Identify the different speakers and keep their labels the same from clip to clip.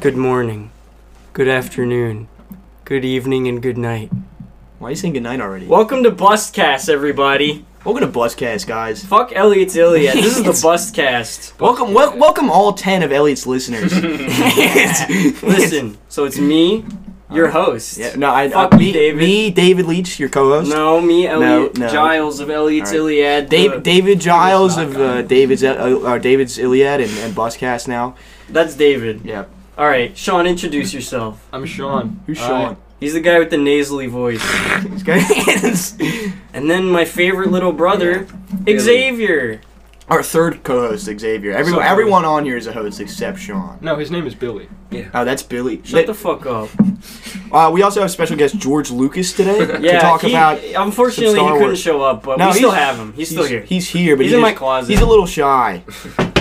Speaker 1: Good morning. Good afternoon. Good evening and good night.
Speaker 2: Why are you saying goodnight already?
Speaker 1: Welcome to Bustcast, everybody.
Speaker 2: Welcome to Bustcast, guys.
Speaker 1: Fuck Elliot's Iliad. This is the Bustcast.
Speaker 2: Welcome, wel- welcome all ten of Elliot's listeners.
Speaker 1: Listen, so it's me, your host.
Speaker 2: yeah, no, I,
Speaker 1: Fuck
Speaker 2: I-
Speaker 1: me, David.
Speaker 2: me, David Leach, your co-host.
Speaker 1: No, me, Elliot
Speaker 2: no.
Speaker 1: Giles of Uh, Elliot's
Speaker 2: All right.
Speaker 1: Iliad.
Speaker 2: Dave,
Speaker 1: the-
Speaker 2: David Giles of
Speaker 3: guy.
Speaker 2: uh, David's uh, uh, David's Iliad and, and Buscast now.
Speaker 1: That's David.
Speaker 2: Yeah,
Speaker 1: All right, Sean, introduce yourself.
Speaker 3: I'm Sean.
Speaker 2: who's
Speaker 3: All
Speaker 2: Sean?
Speaker 1: He's the guy with the nasally voice.
Speaker 2: This guy-
Speaker 1: And then my favorite little brother,
Speaker 3: Billy.
Speaker 1: Xavier.
Speaker 2: Our third co-host, Xavier. Everyone,
Speaker 3: Sorry.
Speaker 2: everyone on here is a host except Sean.
Speaker 3: No, his name is Billy.
Speaker 2: Oh, that's Billy.
Speaker 1: Shut the fuck up.
Speaker 2: uh, we also have special guest George Lucas today
Speaker 1: Yeah,
Speaker 2: to talk
Speaker 1: he-
Speaker 2: about.
Speaker 1: unfortunately
Speaker 2: some
Speaker 1: he
Speaker 2: Star
Speaker 1: couldn't
Speaker 2: Wars.
Speaker 1: show up, but
Speaker 2: No,
Speaker 1: we still
Speaker 2: he's-
Speaker 1: have him. He's, still here.
Speaker 2: He's here, but
Speaker 1: He's
Speaker 2: he
Speaker 1: in my
Speaker 2: just-
Speaker 1: closet.
Speaker 2: He's a little shy.
Speaker 1: Shut up.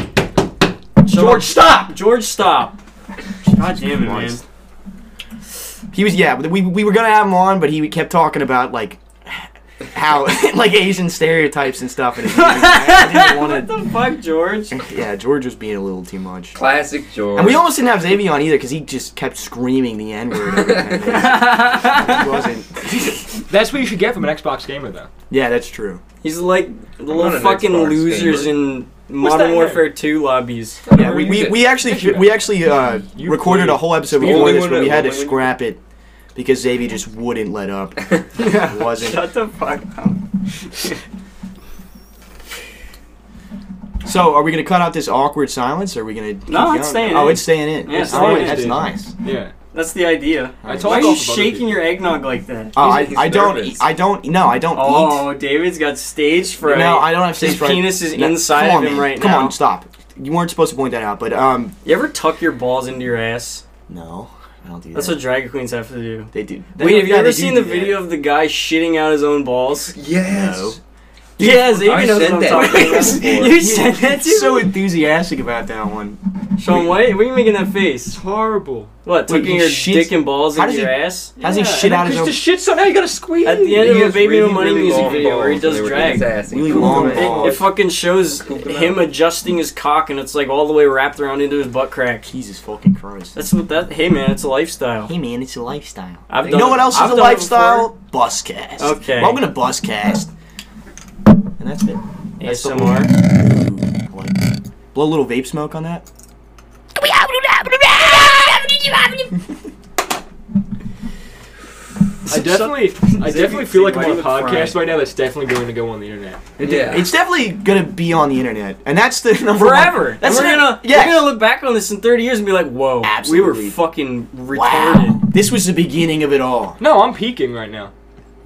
Speaker 2: George, stop!
Speaker 1: George, stop. God damn it, man.
Speaker 2: Christ. He was yeah. but We we were gonna have him on, but he kept talking about like how like Asian stereotypes and stuff. And I didn't
Speaker 1: what
Speaker 2: want
Speaker 1: the fuck, George?
Speaker 2: to. Yeah, George was being a little too much.
Speaker 3: Classic George.
Speaker 2: And we almost didn't have Xavier on either because he just kept screaming the N word. He wasn't.
Speaker 3: That's what you should get from an Xbox gamer, though.
Speaker 2: yeah, that's true.
Speaker 1: He's like the
Speaker 4: not
Speaker 1: little
Speaker 4: an
Speaker 1: fucking
Speaker 4: Xbox
Speaker 1: losers
Speaker 4: gamer.
Speaker 1: in
Speaker 3: that
Speaker 1: Modern
Speaker 3: in
Speaker 1: Warfare 2 lobbies.
Speaker 2: Yeah, we, we, we actually we actually uh,
Speaker 3: You
Speaker 2: recorded a
Speaker 3: played-
Speaker 2: whole episode
Speaker 4: you
Speaker 2: before
Speaker 4: only
Speaker 2: this,
Speaker 4: went
Speaker 2: but we
Speaker 4: to-
Speaker 2: had to
Speaker 4: only went-
Speaker 2: scrap it because Xavier just wouldn't let up. wasn't.
Speaker 1: Shut the fuck up.
Speaker 2: So, are we gonna cut out this awkward silence? Or are we gonna? keep
Speaker 1: No, it's
Speaker 2: going?
Speaker 1: staying
Speaker 2: Oh,
Speaker 1: in.
Speaker 2: it's staying in.
Speaker 1: Yeah, it's
Speaker 2: Oh,
Speaker 1: staying in.
Speaker 2: that's
Speaker 3: Dude.
Speaker 2: nice.
Speaker 3: Yeah.
Speaker 1: That's the idea.
Speaker 3: I
Speaker 1: Why
Speaker 3: talk
Speaker 1: are
Speaker 3: off
Speaker 1: you
Speaker 3: of other
Speaker 1: shaking
Speaker 3: people.
Speaker 1: your eggnog like that?
Speaker 2: Oh, I,
Speaker 4: He's- he's
Speaker 2: I don't.
Speaker 4: nervous.
Speaker 2: eat- I don't. No, I don't eat.
Speaker 1: Oh, David's got stage fright.
Speaker 2: No, I don't have
Speaker 1: His
Speaker 2: stage fright.
Speaker 1: penis is
Speaker 2: No,
Speaker 1: inside
Speaker 2: come on,
Speaker 1: of him
Speaker 2: man.
Speaker 1: right
Speaker 2: Come
Speaker 1: now.
Speaker 2: on, stop. You weren't supposed to point that out, but um,
Speaker 1: You ever tuck your balls into your ass?
Speaker 2: no, I don't do that.
Speaker 1: That's what drag queens have to do.
Speaker 2: they do. They-
Speaker 1: Wait, have you
Speaker 2: yeah, they
Speaker 1: ever
Speaker 2: do
Speaker 1: seen
Speaker 2: do
Speaker 1: the
Speaker 2: that.
Speaker 1: video of the guy shitting out his own balls?
Speaker 4: Yes.
Speaker 2: No.
Speaker 1: Yeah, Xavier
Speaker 4: I
Speaker 1: knows what
Speaker 4: said
Speaker 1: I'm
Speaker 4: that
Speaker 1: talking
Speaker 4: before.
Speaker 1: about. You
Speaker 2: Yeah,
Speaker 1: said that
Speaker 2: he's so
Speaker 1: too?
Speaker 2: enthusiastic about that one.
Speaker 1: Sean, why, why are you making that face?
Speaker 3: It's horrible.
Speaker 1: What,
Speaker 2: Wait,
Speaker 1: tucking
Speaker 2: he
Speaker 1: your
Speaker 2: shits-
Speaker 1: dick and balls
Speaker 2: How
Speaker 1: into
Speaker 2: does
Speaker 1: your
Speaker 2: he-
Speaker 1: ass?
Speaker 2: How does he shit
Speaker 3: and
Speaker 2: out
Speaker 3: then
Speaker 2: his
Speaker 3: push
Speaker 2: own-
Speaker 3: the shit, so now you gotta squeeze.
Speaker 1: At the end of a Baby No Money music video where he does drag, it,
Speaker 4: Drag.
Speaker 2: Really long balls.
Speaker 1: it fucking shows
Speaker 4: Scoop them
Speaker 1: him adjusting his cock and it's like all the way wrapped around into his butt crack.
Speaker 2: Jesus fucking Christ.
Speaker 1: That's what that. Hey man, it's a lifestyle.
Speaker 2: Hey man, it's a lifestyle.
Speaker 1: I've
Speaker 2: you know
Speaker 1: done-
Speaker 2: what else
Speaker 1: I've
Speaker 2: is a
Speaker 1: done it
Speaker 2: lifestyle? Buscast.
Speaker 1: Okay.
Speaker 2: Welcome to Buscast. And that's it. That's the whole-
Speaker 1: ASMR.
Speaker 2: I like that. Blow a little vape smoke on that.
Speaker 3: I definitely, I definitely
Speaker 1: Xavier,
Speaker 3: feel like
Speaker 1: why
Speaker 3: I'm on
Speaker 1: you
Speaker 3: a
Speaker 1: crying?
Speaker 3: podcast right now that's definitely going to go on the internet.
Speaker 4: Yeah.
Speaker 2: It's definitely gonna be on the internet, and that's the number one-
Speaker 1: Forever. That's
Speaker 2: That's
Speaker 1: we're
Speaker 2: it.
Speaker 1: gonna
Speaker 2: Yes.
Speaker 1: we're gonna look back on this in 30 years and be like, whoa, we were
Speaker 2: Absolutely.
Speaker 1: fucking retarded.
Speaker 2: Wow. This was the beginning of it all.
Speaker 3: No, I'm peaking right now.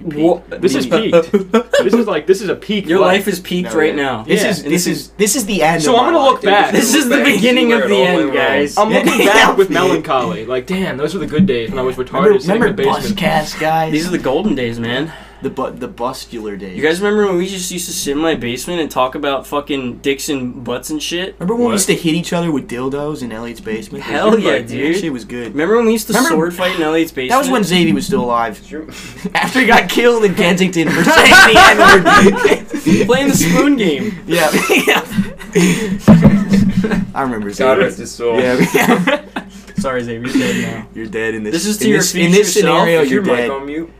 Speaker 1: Wha-
Speaker 3: This is peaked. this is like, this is a peak.
Speaker 1: Your
Speaker 3: but-
Speaker 1: life is peaked
Speaker 2: No,
Speaker 1: right
Speaker 2: yeah.
Speaker 1: now.
Speaker 2: This
Speaker 3: Yeah,
Speaker 2: is
Speaker 1: and
Speaker 2: this
Speaker 1: this
Speaker 2: is this is the end.
Speaker 3: So
Speaker 2: of
Speaker 3: I'm
Speaker 2: my
Speaker 3: gonna
Speaker 2: life,
Speaker 3: look
Speaker 2: dude.
Speaker 3: back.
Speaker 1: This is the
Speaker 4: Back to
Speaker 1: beginning
Speaker 4: where
Speaker 1: of
Speaker 4: it
Speaker 1: the
Speaker 4: all went
Speaker 1: end,
Speaker 4: wrong.
Speaker 1: guys.
Speaker 2: Oh.
Speaker 3: I'm looking
Speaker 2: Yeah.
Speaker 3: back with melancholy. Like, damn, those were the good days when I was retarded
Speaker 2: Remember,
Speaker 3: sitting in
Speaker 2: remember
Speaker 3: the basement.
Speaker 2: Buscast guys?
Speaker 1: These are the golden days, man.
Speaker 2: the bu- the buscular days.
Speaker 1: You guys remember when we just used to sit in my basement and talk about fucking dicks and butts and shit?
Speaker 2: remember when we
Speaker 3: What?
Speaker 2: used to hit each other with dildos in Elliot's basement?
Speaker 1: Hell yeah, dude.
Speaker 2: That shit was good.
Speaker 1: Remember when we used to
Speaker 2: Remember-
Speaker 1: sword fight in Elliot's basement?
Speaker 2: That was when Xavier was still alive.
Speaker 4: Sure.
Speaker 2: After he got killed in Kensington for saying the N-word.
Speaker 1: playing the spoon game.
Speaker 2: Yeah. I remember
Speaker 4: God
Speaker 2: Xavier.
Speaker 4: rest his soul.
Speaker 2: Yeah.
Speaker 1: Sorry, Xavier, you're dead now.
Speaker 2: you're dead in this.
Speaker 1: This is to
Speaker 2: in
Speaker 1: your
Speaker 2: this, in this
Speaker 1: future self.
Speaker 2: scenario.
Speaker 4: Is
Speaker 2: You're
Speaker 4: your mic
Speaker 2: dead.
Speaker 4: on mute?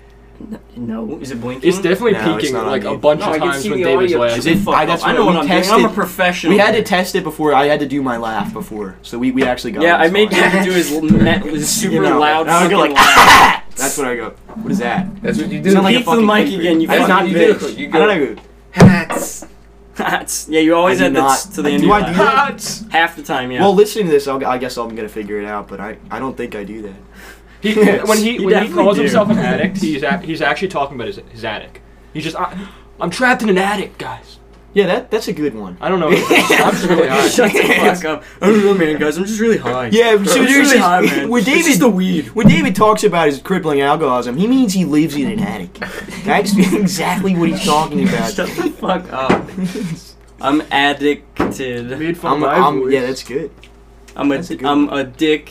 Speaker 1: No, is it blinking?
Speaker 3: It's definitely
Speaker 2: No, it's
Speaker 3: peaking
Speaker 2: not on
Speaker 3: like a
Speaker 2: mute.
Speaker 3: bunch
Speaker 4: No, I
Speaker 3: of
Speaker 4: can
Speaker 3: times
Speaker 4: see
Speaker 3: when
Speaker 4: the
Speaker 3: David's
Speaker 4: audio.
Speaker 3: last.
Speaker 2: Is it-
Speaker 1: Fuck
Speaker 2: I-
Speaker 1: off.
Speaker 2: that's
Speaker 1: I
Speaker 2: what
Speaker 1: know
Speaker 2: we
Speaker 1: what I'm doing. I'm a
Speaker 2: tested.
Speaker 1: professional.
Speaker 2: We had to test it before. I had to do my laugh before, so we, we actually got.
Speaker 1: yeah,
Speaker 2: this
Speaker 1: I made
Speaker 2: one.
Speaker 1: David do his, l- net, his super
Speaker 2: You know,
Speaker 1: loud
Speaker 2: I would
Speaker 1: fucking
Speaker 2: go like.
Speaker 1: laugh.
Speaker 2: That's what I go. What is that?
Speaker 4: That's what you do.
Speaker 2: It's not like a
Speaker 1: Beat the
Speaker 2: fucking
Speaker 1: mic
Speaker 2: creeper.
Speaker 1: again, you
Speaker 2: That's not
Speaker 1: fucking bitch.
Speaker 4: bitch. You
Speaker 2: I
Speaker 4: go,
Speaker 2: don't know.
Speaker 4: hats.
Speaker 1: That's- yeah, you always
Speaker 2: I
Speaker 1: add
Speaker 2: do
Speaker 1: that
Speaker 2: not-
Speaker 1: to the
Speaker 2: I-
Speaker 1: end.
Speaker 2: do
Speaker 1: of
Speaker 2: I
Speaker 1: your
Speaker 2: do
Speaker 1: laugh.
Speaker 2: that?
Speaker 3: Hot.
Speaker 1: Half the time, yeah.
Speaker 2: Well, listening to this, I'll, I guess I'm gonna figure it out. But I, I don't think I do that.
Speaker 3: He,
Speaker 2: Yes.
Speaker 3: when he
Speaker 1: You
Speaker 3: when he
Speaker 1: definitely
Speaker 3: calls
Speaker 1: do.
Speaker 3: himself an addict, he's ac he's actually talking about his, his attic. He's just I, I'm trapped in an attic, guys.
Speaker 2: Yeah, that that's a good one.
Speaker 3: I don't know. I'm
Speaker 2: Oh
Speaker 3: just really high.
Speaker 1: Shut the fuck up. I don't know, man, guys. I'm just really high.
Speaker 2: Yeah, so
Speaker 1: I'm just
Speaker 2: seriously,
Speaker 1: really high, man.
Speaker 2: when
Speaker 1: It's just
Speaker 2: David
Speaker 1: the weed.
Speaker 2: when David talks about his crippling alcoholism, he means he lives in an attic. That's exactly what he's talking about.
Speaker 1: Shut the fuck up. I'm addicted.
Speaker 3: Made
Speaker 2: I'm,
Speaker 3: fun of my
Speaker 2: I'm-
Speaker 3: voice.
Speaker 2: yeah, that's good.
Speaker 1: I'm
Speaker 2: That's a
Speaker 1: ad-
Speaker 2: good
Speaker 1: I'm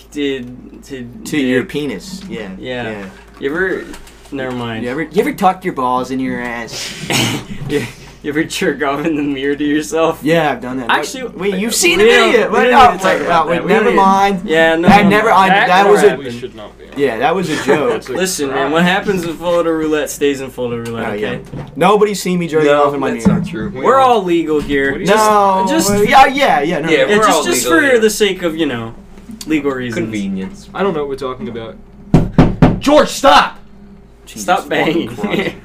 Speaker 1: addicted to.
Speaker 2: To your penis. Yeah.
Speaker 1: Yeah.
Speaker 2: yeah.
Speaker 1: You ever? Never mind.
Speaker 2: You ever you ever tucked your balls in your ass?
Speaker 1: You ever jerk off in the mirror to yourself?
Speaker 2: Yeah, I've done that.
Speaker 5: Actually,
Speaker 2: wait, you've seen the
Speaker 5: we don't-
Speaker 2: video.
Speaker 5: we
Speaker 2: Wait,
Speaker 5: don't
Speaker 2: no,
Speaker 5: need to talk
Speaker 2: wait,
Speaker 5: about
Speaker 2: wait,
Speaker 5: that. We
Speaker 2: never
Speaker 5: don't need-
Speaker 2: mind.
Speaker 1: Yeah, no.
Speaker 2: That
Speaker 1: no,
Speaker 2: never-
Speaker 1: no.
Speaker 2: I- that was a-
Speaker 3: We should not be. on.
Speaker 2: Yeah, that was a joke.
Speaker 3: That's a
Speaker 1: Listen, man,
Speaker 3: crime.
Speaker 1: what happens in Florida roulette stays in Florida roulette.
Speaker 2: Oh, yeah.
Speaker 1: Okay,
Speaker 2: Nobody's seen me jerking
Speaker 1: No,
Speaker 2: off in my
Speaker 1: that's
Speaker 2: mirror.
Speaker 1: not
Speaker 3: True. We
Speaker 1: we're all legal here.
Speaker 3: What do you-
Speaker 2: No, Oh,
Speaker 1: Just- just-
Speaker 2: yeah, yeah, yeah. No,
Speaker 4: Yeah,
Speaker 1: Yeah,
Speaker 4: we're all
Speaker 1: just, just
Speaker 4: legal
Speaker 1: for
Speaker 4: here.
Speaker 1: the sake of you know, legal reasons.
Speaker 4: Convenience.
Speaker 3: I don't know what we're talking about. George, stop!
Speaker 1: Stop banging.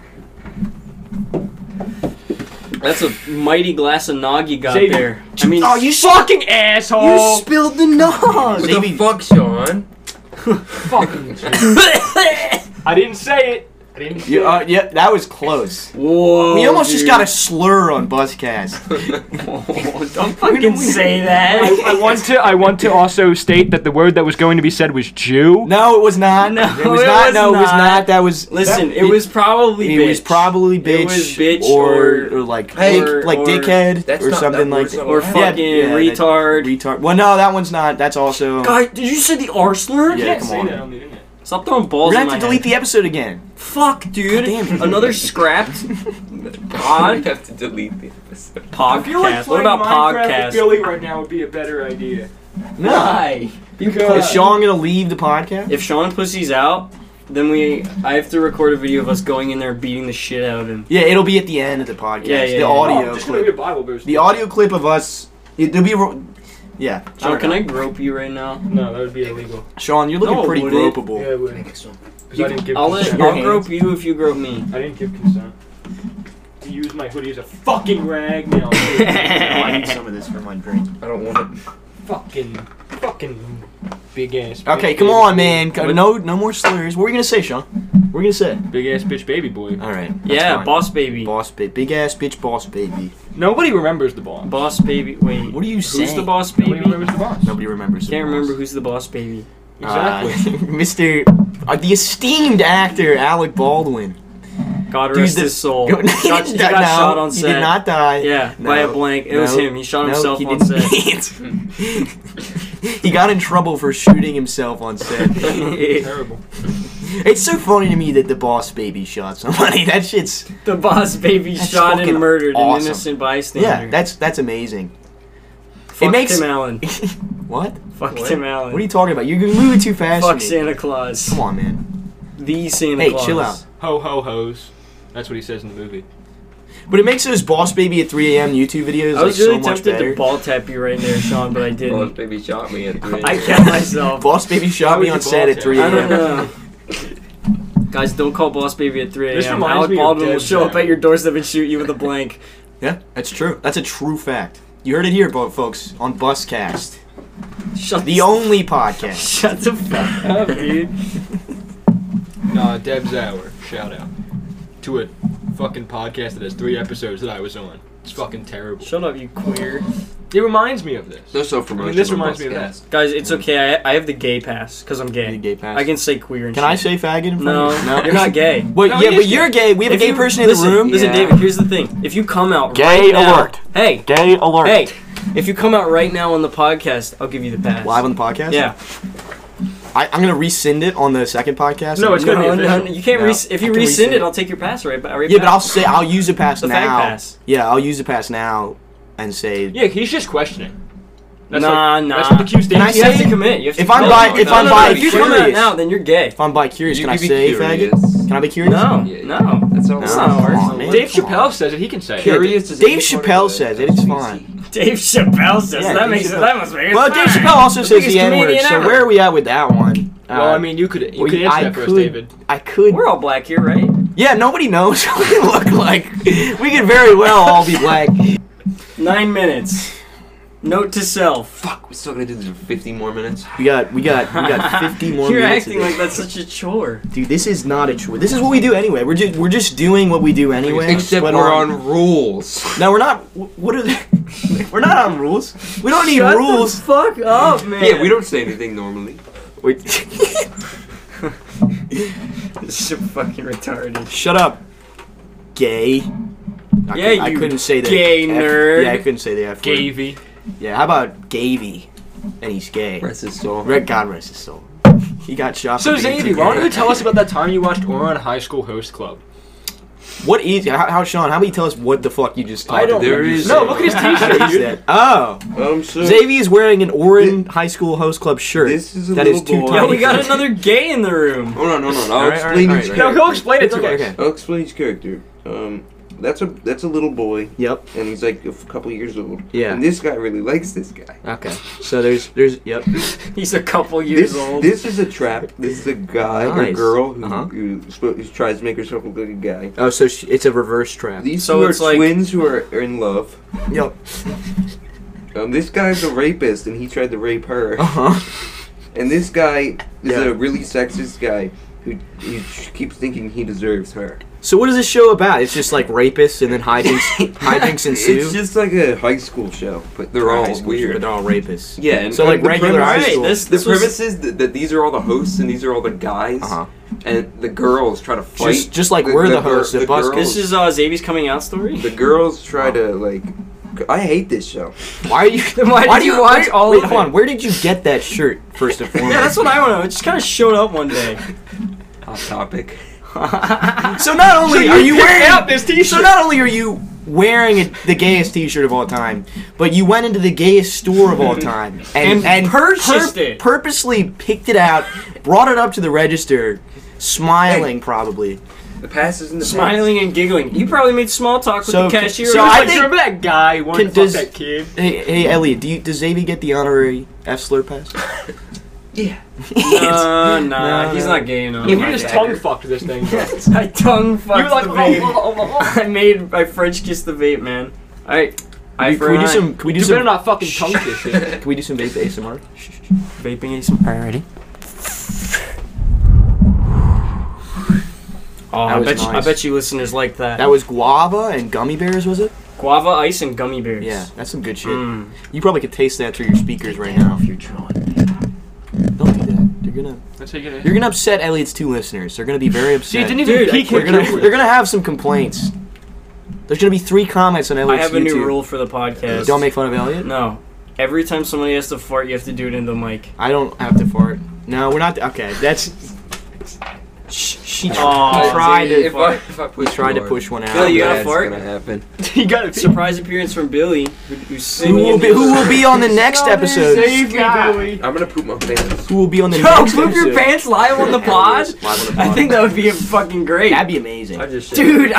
Speaker 1: That's a mighty glass of nog you got
Speaker 3: Xavier.
Speaker 1: there. I mean,
Speaker 2: Oh, you
Speaker 3: fucking asshole!
Speaker 2: spilled the nog.
Speaker 4: What the fuck, Sean?
Speaker 3: fucking. I didn't say it. I didn't. Say
Speaker 2: Yeah, uh, yeah, that was close.
Speaker 1: whoa.
Speaker 2: we almost just
Speaker 1: Oh, dude.
Speaker 2: got a slur on Buzzcast.
Speaker 1: Oh, don't fucking say that.
Speaker 3: I want to. I want to also state that the word that was going to be said was Jew.
Speaker 2: No, it was not.
Speaker 1: No,
Speaker 2: it was
Speaker 1: it
Speaker 2: not.
Speaker 1: was
Speaker 2: no, it was
Speaker 1: not.
Speaker 2: not. That was.
Speaker 1: Listen,
Speaker 2: that-
Speaker 1: it, was probably.
Speaker 2: It
Speaker 1: bitch.
Speaker 2: was probably bitch,
Speaker 1: It was bitch
Speaker 2: or,
Speaker 1: or-
Speaker 2: or like
Speaker 4: Hey,
Speaker 2: dick- like
Speaker 1: or-
Speaker 2: dickhead
Speaker 4: that's
Speaker 2: or
Speaker 4: not-
Speaker 2: something
Speaker 4: that
Speaker 2: like
Speaker 4: word's not
Speaker 1: Or
Speaker 4: Yeah,
Speaker 1: fucking
Speaker 2: yeah, that-
Speaker 1: retard.
Speaker 2: retard. Well, no, that one's not. That's also.
Speaker 1: God, did you say the arse slur?
Speaker 2: Yeah, come on.
Speaker 3: the internet.
Speaker 1: Stop throwing
Speaker 2: We're
Speaker 1: balls
Speaker 2: gonna
Speaker 1: in
Speaker 2: have
Speaker 1: my
Speaker 2: to delete
Speaker 1: head.
Speaker 2: the episode again.
Speaker 1: Fuck, dude.
Speaker 2: damn.
Speaker 1: Another scrapped
Speaker 4: I
Speaker 1: pod
Speaker 4: have to delete the episode.
Speaker 1: podcast. What about podcast?
Speaker 3: Billy right now would be a better idea.
Speaker 2: No,
Speaker 1: Uh,
Speaker 2: is Sean gonna leave the podcast?
Speaker 1: If Sean pussies out, then we I have to record a video of us going in there beating the shit out of him.
Speaker 2: yeah, it'll be at the end of the podcast.
Speaker 1: Yeah, yeah,
Speaker 2: the
Speaker 1: yeah.
Speaker 2: audio
Speaker 3: Oh, just gonna
Speaker 2: clip.
Speaker 3: be a Bible verse.
Speaker 2: The audio clip of us. it- There'll be. ro- Yeah.
Speaker 1: Sean,
Speaker 2: Sure.
Speaker 1: can I grope you right now?
Speaker 3: No, that would be illegal.
Speaker 2: Sean, you're looking
Speaker 1: No,
Speaker 2: pretty
Speaker 1: would it?
Speaker 2: gropable.
Speaker 3: Yeah, it would. Because I didn't give
Speaker 1: I'll let,
Speaker 3: consent.
Speaker 2: Your
Speaker 1: I'll
Speaker 2: hands.
Speaker 1: grope you if you grope me.
Speaker 3: I didn't give consent. To use my hoodie as a fucking rag now.
Speaker 2: Oh, I need some of this for my drink.
Speaker 4: I don't want it.
Speaker 3: fucking, fucking big ass.
Speaker 2: Okay,
Speaker 3: bitch
Speaker 2: come
Speaker 3: baby.
Speaker 2: on, man. Co- No, no more slurs. What were you gonna say, Sean? What were you gonna say?
Speaker 3: Big ass bitch baby boy.
Speaker 2: All right. that's
Speaker 1: yeah,
Speaker 2: fine.
Speaker 1: boss baby.
Speaker 2: Boss bit, big ass bitch, boss baby.
Speaker 3: Nobody remembers the boss.
Speaker 1: Boss baby. Wait,
Speaker 2: What are you
Speaker 1: who's
Speaker 2: saying?
Speaker 1: the boss
Speaker 3: Nobody
Speaker 1: baby?
Speaker 3: remembers the boss.
Speaker 2: Nobody remembers.
Speaker 1: Can't remember who's the boss baby.
Speaker 2: Ah,
Speaker 3: Exactly.
Speaker 2: Mr. Uh, the esteemed actor Alec Baldwin.
Speaker 1: God
Speaker 2: Dude,
Speaker 1: rest
Speaker 2: the-
Speaker 1: his soul.
Speaker 2: He did
Speaker 1: Shot- Oh, he
Speaker 2: not-
Speaker 1: got
Speaker 2: no,
Speaker 1: shot on set.
Speaker 2: He did not die.
Speaker 1: Yeah,
Speaker 2: No,
Speaker 1: by a blank. It was
Speaker 2: no,
Speaker 1: him. He shot
Speaker 2: no,
Speaker 1: himself
Speaker 2: he
Speaker 1: on
Speaker 2: didn't.
Speaker 1: set.
Speaker 2: he got in trouble for shooting himself on set.
Speaker 3: Terrible.
Speaker 2: it's so funny to me that the boss baby shot somebody. That shit's
Speaker 1: the boss baby
Speaker 2: That's
Speaker 1: shot
Speaker 2: fucking
Speaker 1: and murdered
Speaker 2: awesome.
Speaker 1: an innocent bystander.
Speaker 2: yeah. That's that's amazing.
Speaker 1: Fuck
Speaker 2: it makes-
Speaker 1: Tim Allen.
Speaker 2: What?
Speaker 1: Fuck
Speaker 4: What?
Speaker 1: Tim Allen.
Speaker 2: What are you talking about? You're moving too fast.
Speaker 1: Fuck
Speaker 2: to me.
Speaker 1: Santa Claus.
Speaker 2: Come on, man.
Speaker 1: The Santa
Speaker 2: Hey,
Speaker 1: Claus.
Speaker 2: chill out.
Speaker 3: Ho ho hoes. That's what he says in the movie.
Speaker 2: But it makes those boss baby at 3 a.m. YouTube videos
Speaker 1: I was
Speaker 2: like
Speaker 1: really
Speaker 2: so much
Speaker 1: tempted
Speaker 2: better.
Speaker 1: to ball tap you right there, Sean, but I
Speaker 4: Boss
Speaker 1: didn't.
Speaker 4: baby shot me at three.
Speaker 1: I kept myself. I
Speaker 2: boss baby shot
Speaker 3: Why
Speaker 2: me
Speaker 3: would
Speaker 2: on
Speaker 3: you
Speaker 2: set
Speaker 3: ball
Speaker 2: at
Speaker 3: tap?
Speaker 2: 3
Speaker 1: don't
Speaker 2: a.m.
Speaker 1: know. Guys, don't call Boss Baby at 3
Speaker 3: This
Speaker 1: a.m.
Speaker 3: reminds
Speaker 1: Alec
Speaker 3: me of
Speaker 1: Baldwin will
Speaker 3: Dead
Speaker 1: show up
Speaker 3: Zone.
Speaker 1: at your doorstep and shoot you with a blank.
Speaker 2: Yeah, that's true. That's a true fact. You heard it here, bo- folks, on Buscast,
Speaker 1: Shut
Speaker 2: the only podcast.
Speaker 1: Shut the fuck up, dude.
Speaker 3: Nah, Deb's Hour. Shout out to a fucking podcast that has three episodes that I was on. It's fucking terrible.
Speaker 1: Shut up, you queer.
Speaker 3: It reminds me of this.
Speaker 4: No self promotion.
Speaker 3: I mean, this reminds me of that.
Speaker 1: Guys, it's okay. I, I have the gay pass because I'm
Speaker 2: The
Speaker 1: gay.
Speaker 2: gay pass.
Speaker 1: I can say queer and
Speaker 2: Can I
Speaker 1: shit.
Speaker 2: say faggot in front
Speaker 1: No,
Speaker 2: of you? No,
Speaker 1: you're not gay.
Speaker 2: Wait,
Speaker 3: No,
Speaker 2: yeah,
Speaker 3: he
Speaker 2: but
Speaker 3: is
Speaker 2: you're gay. We have
Speaker 1: If
Speaker 2: a gay
Speaker 1: you-
Speaker 2: person in
Speaker 1: listen,
Speaker 2: the room.
Speaker 1: Listen,
Speaker 2: Yeah.
Speaker 1: David, here's the thing. If you come out
Speaker 2: Gay
Speaker 1: right now,
Speaker 2: alert.
Speaker 1: hey,
Speaker 2: Gay alert.
Speaker 1: hey, if you come out right now on the podcast, I'll give you the pass.
Speaker 2: Live on the podcast?
Speaker 1: yeah.
Speaker 2: I, I'm going to rescind it on the second podcast.
Speaker 3: No, it's
Speaker 1: No,
Speaker 3: gonna
Speaker 1: no,
Speaker 3: be
Speaker 1: no,
Speaker 3: official.
Speaker 1: you can't.
Speaker 2: No,
Speaker 1: res- if
Speaker 2: I
Speaker 1: you
Speaker 2: can
Speaker 1: rescind
Speaker 2: rescind
Speaker 1: it,
Speaker 2: it.
Speaker 1: I'll take your pass right. right
Speaker 2: Yeah, but
Speaker 1: back.
Speaker 2: I'll say, I'll use the pass
Speaker 1: The fag
Speaker 2: now.
Speaker 1: pass.
Speaker 2: Yeah, I'll use the pass now and say,
Speaker 3: Yeah, he's just questioning. That's
Speaker 1: Nah,
Speaker 3: like,
Speaker 1: nah.
Speaker 3: That's what the Q stands
Speaker 2: Can I
Speaker 3: for.
Speaker 1: You have
Speaker 2: say-
Speaker 1: to commit. You have to
Speaker 2: If I'm
Speaker 1: commit.
Speaker 4: bi- if
Speaker 1: No,
Speaker 4: I'm
Speaker 1: no, no,
Speaker 4: bi-
Speaker 1: if you come out
Speaker 2: curious.
Speaker 1: now, then you're gay.
Speaker 2: if I'm bi curious,
Speaker 4: You
Speaker 2: can I
Speaker 4: could be
Speaker 2: say
Speaker 4: curious.
Speaker 2: faggot? Can I be curious?
Speaker 1: No,
Speaker 4: Yeah.
Speaker 1: no.
Speaker 4: That's all.
Speaker 2: No,
Speaker 4: it's not
Speaker 2: come
Speaker 4: personal.
Speaker 2: on, man.
Speaker 3: Dave
Speaker 2: Come
Speaker 3: Chappelle
Speaker 2: on.
Speaker 3: says it. He can say it.
Speaker 4: Curious is
Speaker 2: Dave
Speaker 4: any part of
Speaker 2: Chappelle
Speaker 4: the
Speaker 2: says it, it's
Speaker 4: LGBT.
Speaker 2: fine.
Speaker 1: Dave Chappelle says
Speaker 2: Yeah,
Speaker 1: that
Speaker 2: Dave
Speaker 1: makes
Speaker 2: Chappelle-
Speaker 1: that must make it
Speaker 2: Well, Dave
Speaker 1: fine.
Speaker 2: Chappelle also
Speaker 1: The
Speaker 2: says
Speaker 1: biggest
Speaker 2: the N word.
Speaker 1: comedian
Speaker 2: So
Speaker 1: ever.
Speaker 2: where are we at with that one?
Speaker 3: Well, I mean, you could you
Speaker 2: we-
Speaker 3: could answer
Speaker 2: I
Speaker 3: that first,
Speaker 2: could-
Speaker 3: David.
Speaker 2: I could.
Speaker 1: We're all black here, right?
Speaker 2: Yeah, nobody knows what we look like. We could very well all be black.
Speaker 1: Nine minutes. Note to self.
Speaker 4: Fuck, we're still gonna do this for 50 more minutes.
Speaker 2: We got, we got, we got 50 more
Speaker 1: You're
Speaker 2: minutes. of
Speaker 1: acting like
Speaker 2: this.
Speaker 1: that's such a chore.
Speaker 2: Dude, this is not a choice. This is what we do anyway. We're just, we're just doing what we do anyway.
Speaker 4: Except
Speaker 2: but
Speaker 4: we're on rules.
Speaker 2: No, we're not. What are? They, we're not on rules. We don't need
Speaker 1: Shut
Speaker 2: rules.
Speaker 1: The fuck up, man.
Speaker 4: Yeah, we don't say anything normally.
Speaker 2: Wait,
Speaker 1: This is fucking retarded.
Speaker 2: Shut up, gay. I
Speaker 1: Yeah,
Speaker 2: cou- I
Speaker 1: you
Speaker 2: couldn't say the
Speaker 1: gay
Speaker 2: F-
Speaker 1: nerd.
Speaker 2: Yeah, I couldn't say the F word.
Speaker 3: Gavy.
Speaker 2: Yeah, how about Gavy? And he's gay.
Speaker 4: Rest his soul.
Speaker 2: Red God rest his soul. He got shot.
Speaker 3: So
Speaker 2: for being
Speaker 3: Xavier,
Speaker 2: too
Speaker 3: why don't
Speaker 2: gay.
Speaker 3: you tell us about that time you watched Oron High School Host Club?
Speaker 2: What is how, how Sean? How about you tell us what the fuck you just?
Speaker 3: I
Speaker 2: talked
Speaker 3: don't.
Speaker 4: There
Speaker 3: remember
Speaker 4: is-
Speaker 3: saying
Speaker 2: No, look at his
Speaker 3: that.
Speaker 2: t-shirt.
Speaker 3: Dude,
Speaker 2: about? Oh,
Speaker 4: I'm sure.
Speaker 2: Xavier is wearing an Orin High School Host Club shirt.
Speaker 4: This is a
Speaker 2: that is too
Speaker 4: little boy.
Speaker 2: tight.
Speaker 1: Yo, we got another gay in the room.
Speaker 4: Oh no no no! no. I'll
Speaker 2: All right, all right,
Speaker 4: explain
Speaker 2: all
Speaker 4: his
Speaker 2: right,
Speaker 3: No,
Speaker 4: character.
Speaker 3: go explain it
Speaker 2: It's
Speaker 3: to
Speaker 2: okay,
Speaker 3: us.
Speaker 2: okay.
Speaker 4: I'll explain his character. Um, that's a that's a little boy,
Speaker 2: Yep.
Speaker 4: and he's like a f- couple years old.
Speaker 2: Yeah.
Speaker 4: And this guy really likes this guy.
Speaker 2: Okay. So there's there's yep.
Speaker 1: He's a couple years
Speaker 4: This,
Speaker 1: old.
Speaker 4: this is a trap. This is a guy or
Speaker 2: Nice.
Speaker 4: girl who,
Speaker 2: Uh-huh.
Speaker 4: who, spo- who tries to make herself look like a guy.
Speaker 2: Oh, so sh- it's a reverse trap.
Speaker 4: These
Speaker 1: So
Speaker 4: two are
Speaker 1: it's like-
Speaker 4: twins who are, are in love.
Speaker 2: Yep.
Speaker 4: Um, this guy's a rapist, and he tried to rape her.
Speaker 2: Uh huh.
Speaker 4: And this guy is
Speaker 2: Yeah.
Speaker 4: a really sexist guy who, who sh- keeps thinking he deserves her.
Speaker 2: So what is this show about? It's just like rapists and then hijinks, hijinks ensue.
Speaker 4: It's just like a high school show, but they're
Speaker 2: High
Speaker 4: all
Speaker 2: school shit,
Speaker 4: weird.
Speaker 2: but they're all rapists.
Speaker 4: Yeah, and
Speaker 2: So, like,
Speaker 4: the
Speaker 2: regular
Speaker 4: premise
Speaker 2: high
Speaker 4: is-
Speaker 2: school.
Speaker 1: this-
Speaker 4: the
Speaker 1: this was-
Speaker 4: premise is that, that these are all the hosts and these are all the guys,
Speaker 2: Uh-huh.
Speaker 4: and the girls try to fight.
Speaker 2: Just- just like we're the hosts
Speaker 4: gir-
Speaker 2: at Buskers.
Speaker 1: This is uh, Xavier's coming out story.
Speaker 4: the girls
Speaker 2: Oh.
Speaker 4: try to like. I hate this show.
Speaker 2: Why are you?
Speaker 1: Then why did you watch
Speaker 2: wait,
Speaker 1: all
Speaker 2: wait,
Speaker 1: of
Speaker 2: hold
Speaker 1: it?
Speaker 2: on. Where did you get that shirt first and foremost?
Speaker 1: yeah, that's what I want to know. It just kind of showed up one day.
Speaker 4: Hot topic.
Speaker 2: so not only are you
Speaker 3: picked
Speaker 2: wearing
Speaker 3: out this t-shirt?
Speaker 2: so not only are you wearing a, the gayest T-shirt of all time, but you went into the gayest store of all time and
Speaker 1: And purchased it.
Speaker 2: purposely picked it out, brought it up to the register, smiling probably.
Speaker 4: The past is in the past.
Speaker 1: Smiling and giggling. You probably made small talk with
Speaker 2: So-
Speaker 1: the cashier.
Speaker 2: so
Speaker 1: He was
Speaker 2: I
Speaker 1: like,
Speaker 2: think-
Speaker 1: "Remember that guy who wanted to
Speaker 2: Can-
Speaker 1: fuck
Speaker 2: does-
Speaker 1: that kid.
Speaker 2: Hey, hey Elliot, do you, does Xavier get the honorary F slur pass?
Speaker 4: Yeah.
Speaker 1: Uh, nah,
Speaker 2: No,
Speaker 1: he's
Speaker 2: no.
Speaker 1: not gay
Speaker 2: Oh
Speaker 1: enough.
Speaker 3: You just
Speaker 4: bad.
Speaker 3: tongue fucked this thing. bro.
Speaker 4: Yes.
Speaker 1: I tongue
Speaker 3: You
Speaker 1: fucked
Speaker 3: were like,
Speaker 1: the
Speaker 3: oh,
Speaker 1: vape.
Speaker 3: oh, oh, oh.
Speaker 1: I made I French kissed the vape, man. I I
Speaker 2: Can we do some? Can we do
Speaker 3: you
Speaker 2: some?
Speaker 3: better not fucking tongue this shit.
Speaker 2: Can we do some vape ASMR?
Speaker 1: vaping some already. Oh,
Speaker 2: That
Speaker 1: I
Speaker 2: was
Speaker 1: bet, you, I
Speaker 2: nice.
Speaker 1: bet you listeners like that.
Speaker 2: That was guava and gummy bears, was it?
Speaker 1: Guava ice and gummy bears.
Speaker 2: Yeah, that's some good shit.
Speaker 1: Mm.
Speaker 2: You probably could taste that through your speakers right now.
Speaker 1: you're trying.
Speaker 2: Don't do that. You're gonna
Speaker 3: That's how you get it.
Speaker 2: you're gonna upset Elliot's two listeners. They're gonna be very upset.
Speaker 3: See, it didn't even
Speaker 1: Dude, I
Speaker 3: peak
Speaker 1: can't
Speaker 2: they're
Speaker 3: him.
Speaker 2: gonna they're gonna have some complaints. There's gonna be three comments on
Speaker 1: I
Speaker 2: Elliot's
Speaker 1: have a new
Speaker 2: YouTube.
Speaker 1: rule for the podcast.
Speaker 2: Don't make fun of Elliot.
Speaker 1: No. Every time somebody has to fart, you have to do it in the mic.
Speaker 2: I don't have to fart. No, we're not. Okay, that's. Shh, She tr-
Speaker 1: Aw.
Speaker 2: tried to
Speaker 4: If I, if I push
Speaker 2: tried to
Speaker 4: hard,
Speaker 2: push one out.
Speaker 1: Bill, you gotta
Speaker 4: that's
Speaker 1: fart?
Speaker 4: gonna happen.
Speaker 3: You got it.
Speaker 1: Surprise appearance from Billy, who, who's
Speaker 2: who
Speaker 1: singing.
Speaker 2: will be who will be on the next episode?
Speaker 3: Save me, Billy.
Speaker 4: I'm gonna poop my pants.
Speaker 2: Who will be on the
Speaker 1: Yo,
Speaker 2: next
Speaker 1: poop
Speaker 2: episode?
Speaker 1: your pants live on the pod?
Speaker 2: Live on the
Speaker 1: I
Speaker 2: pod.
Speaker 1: think that would be fucking great.
Speaker 2: that'd be amazing.
Speaker 3: I just
Speaker 1: Dude,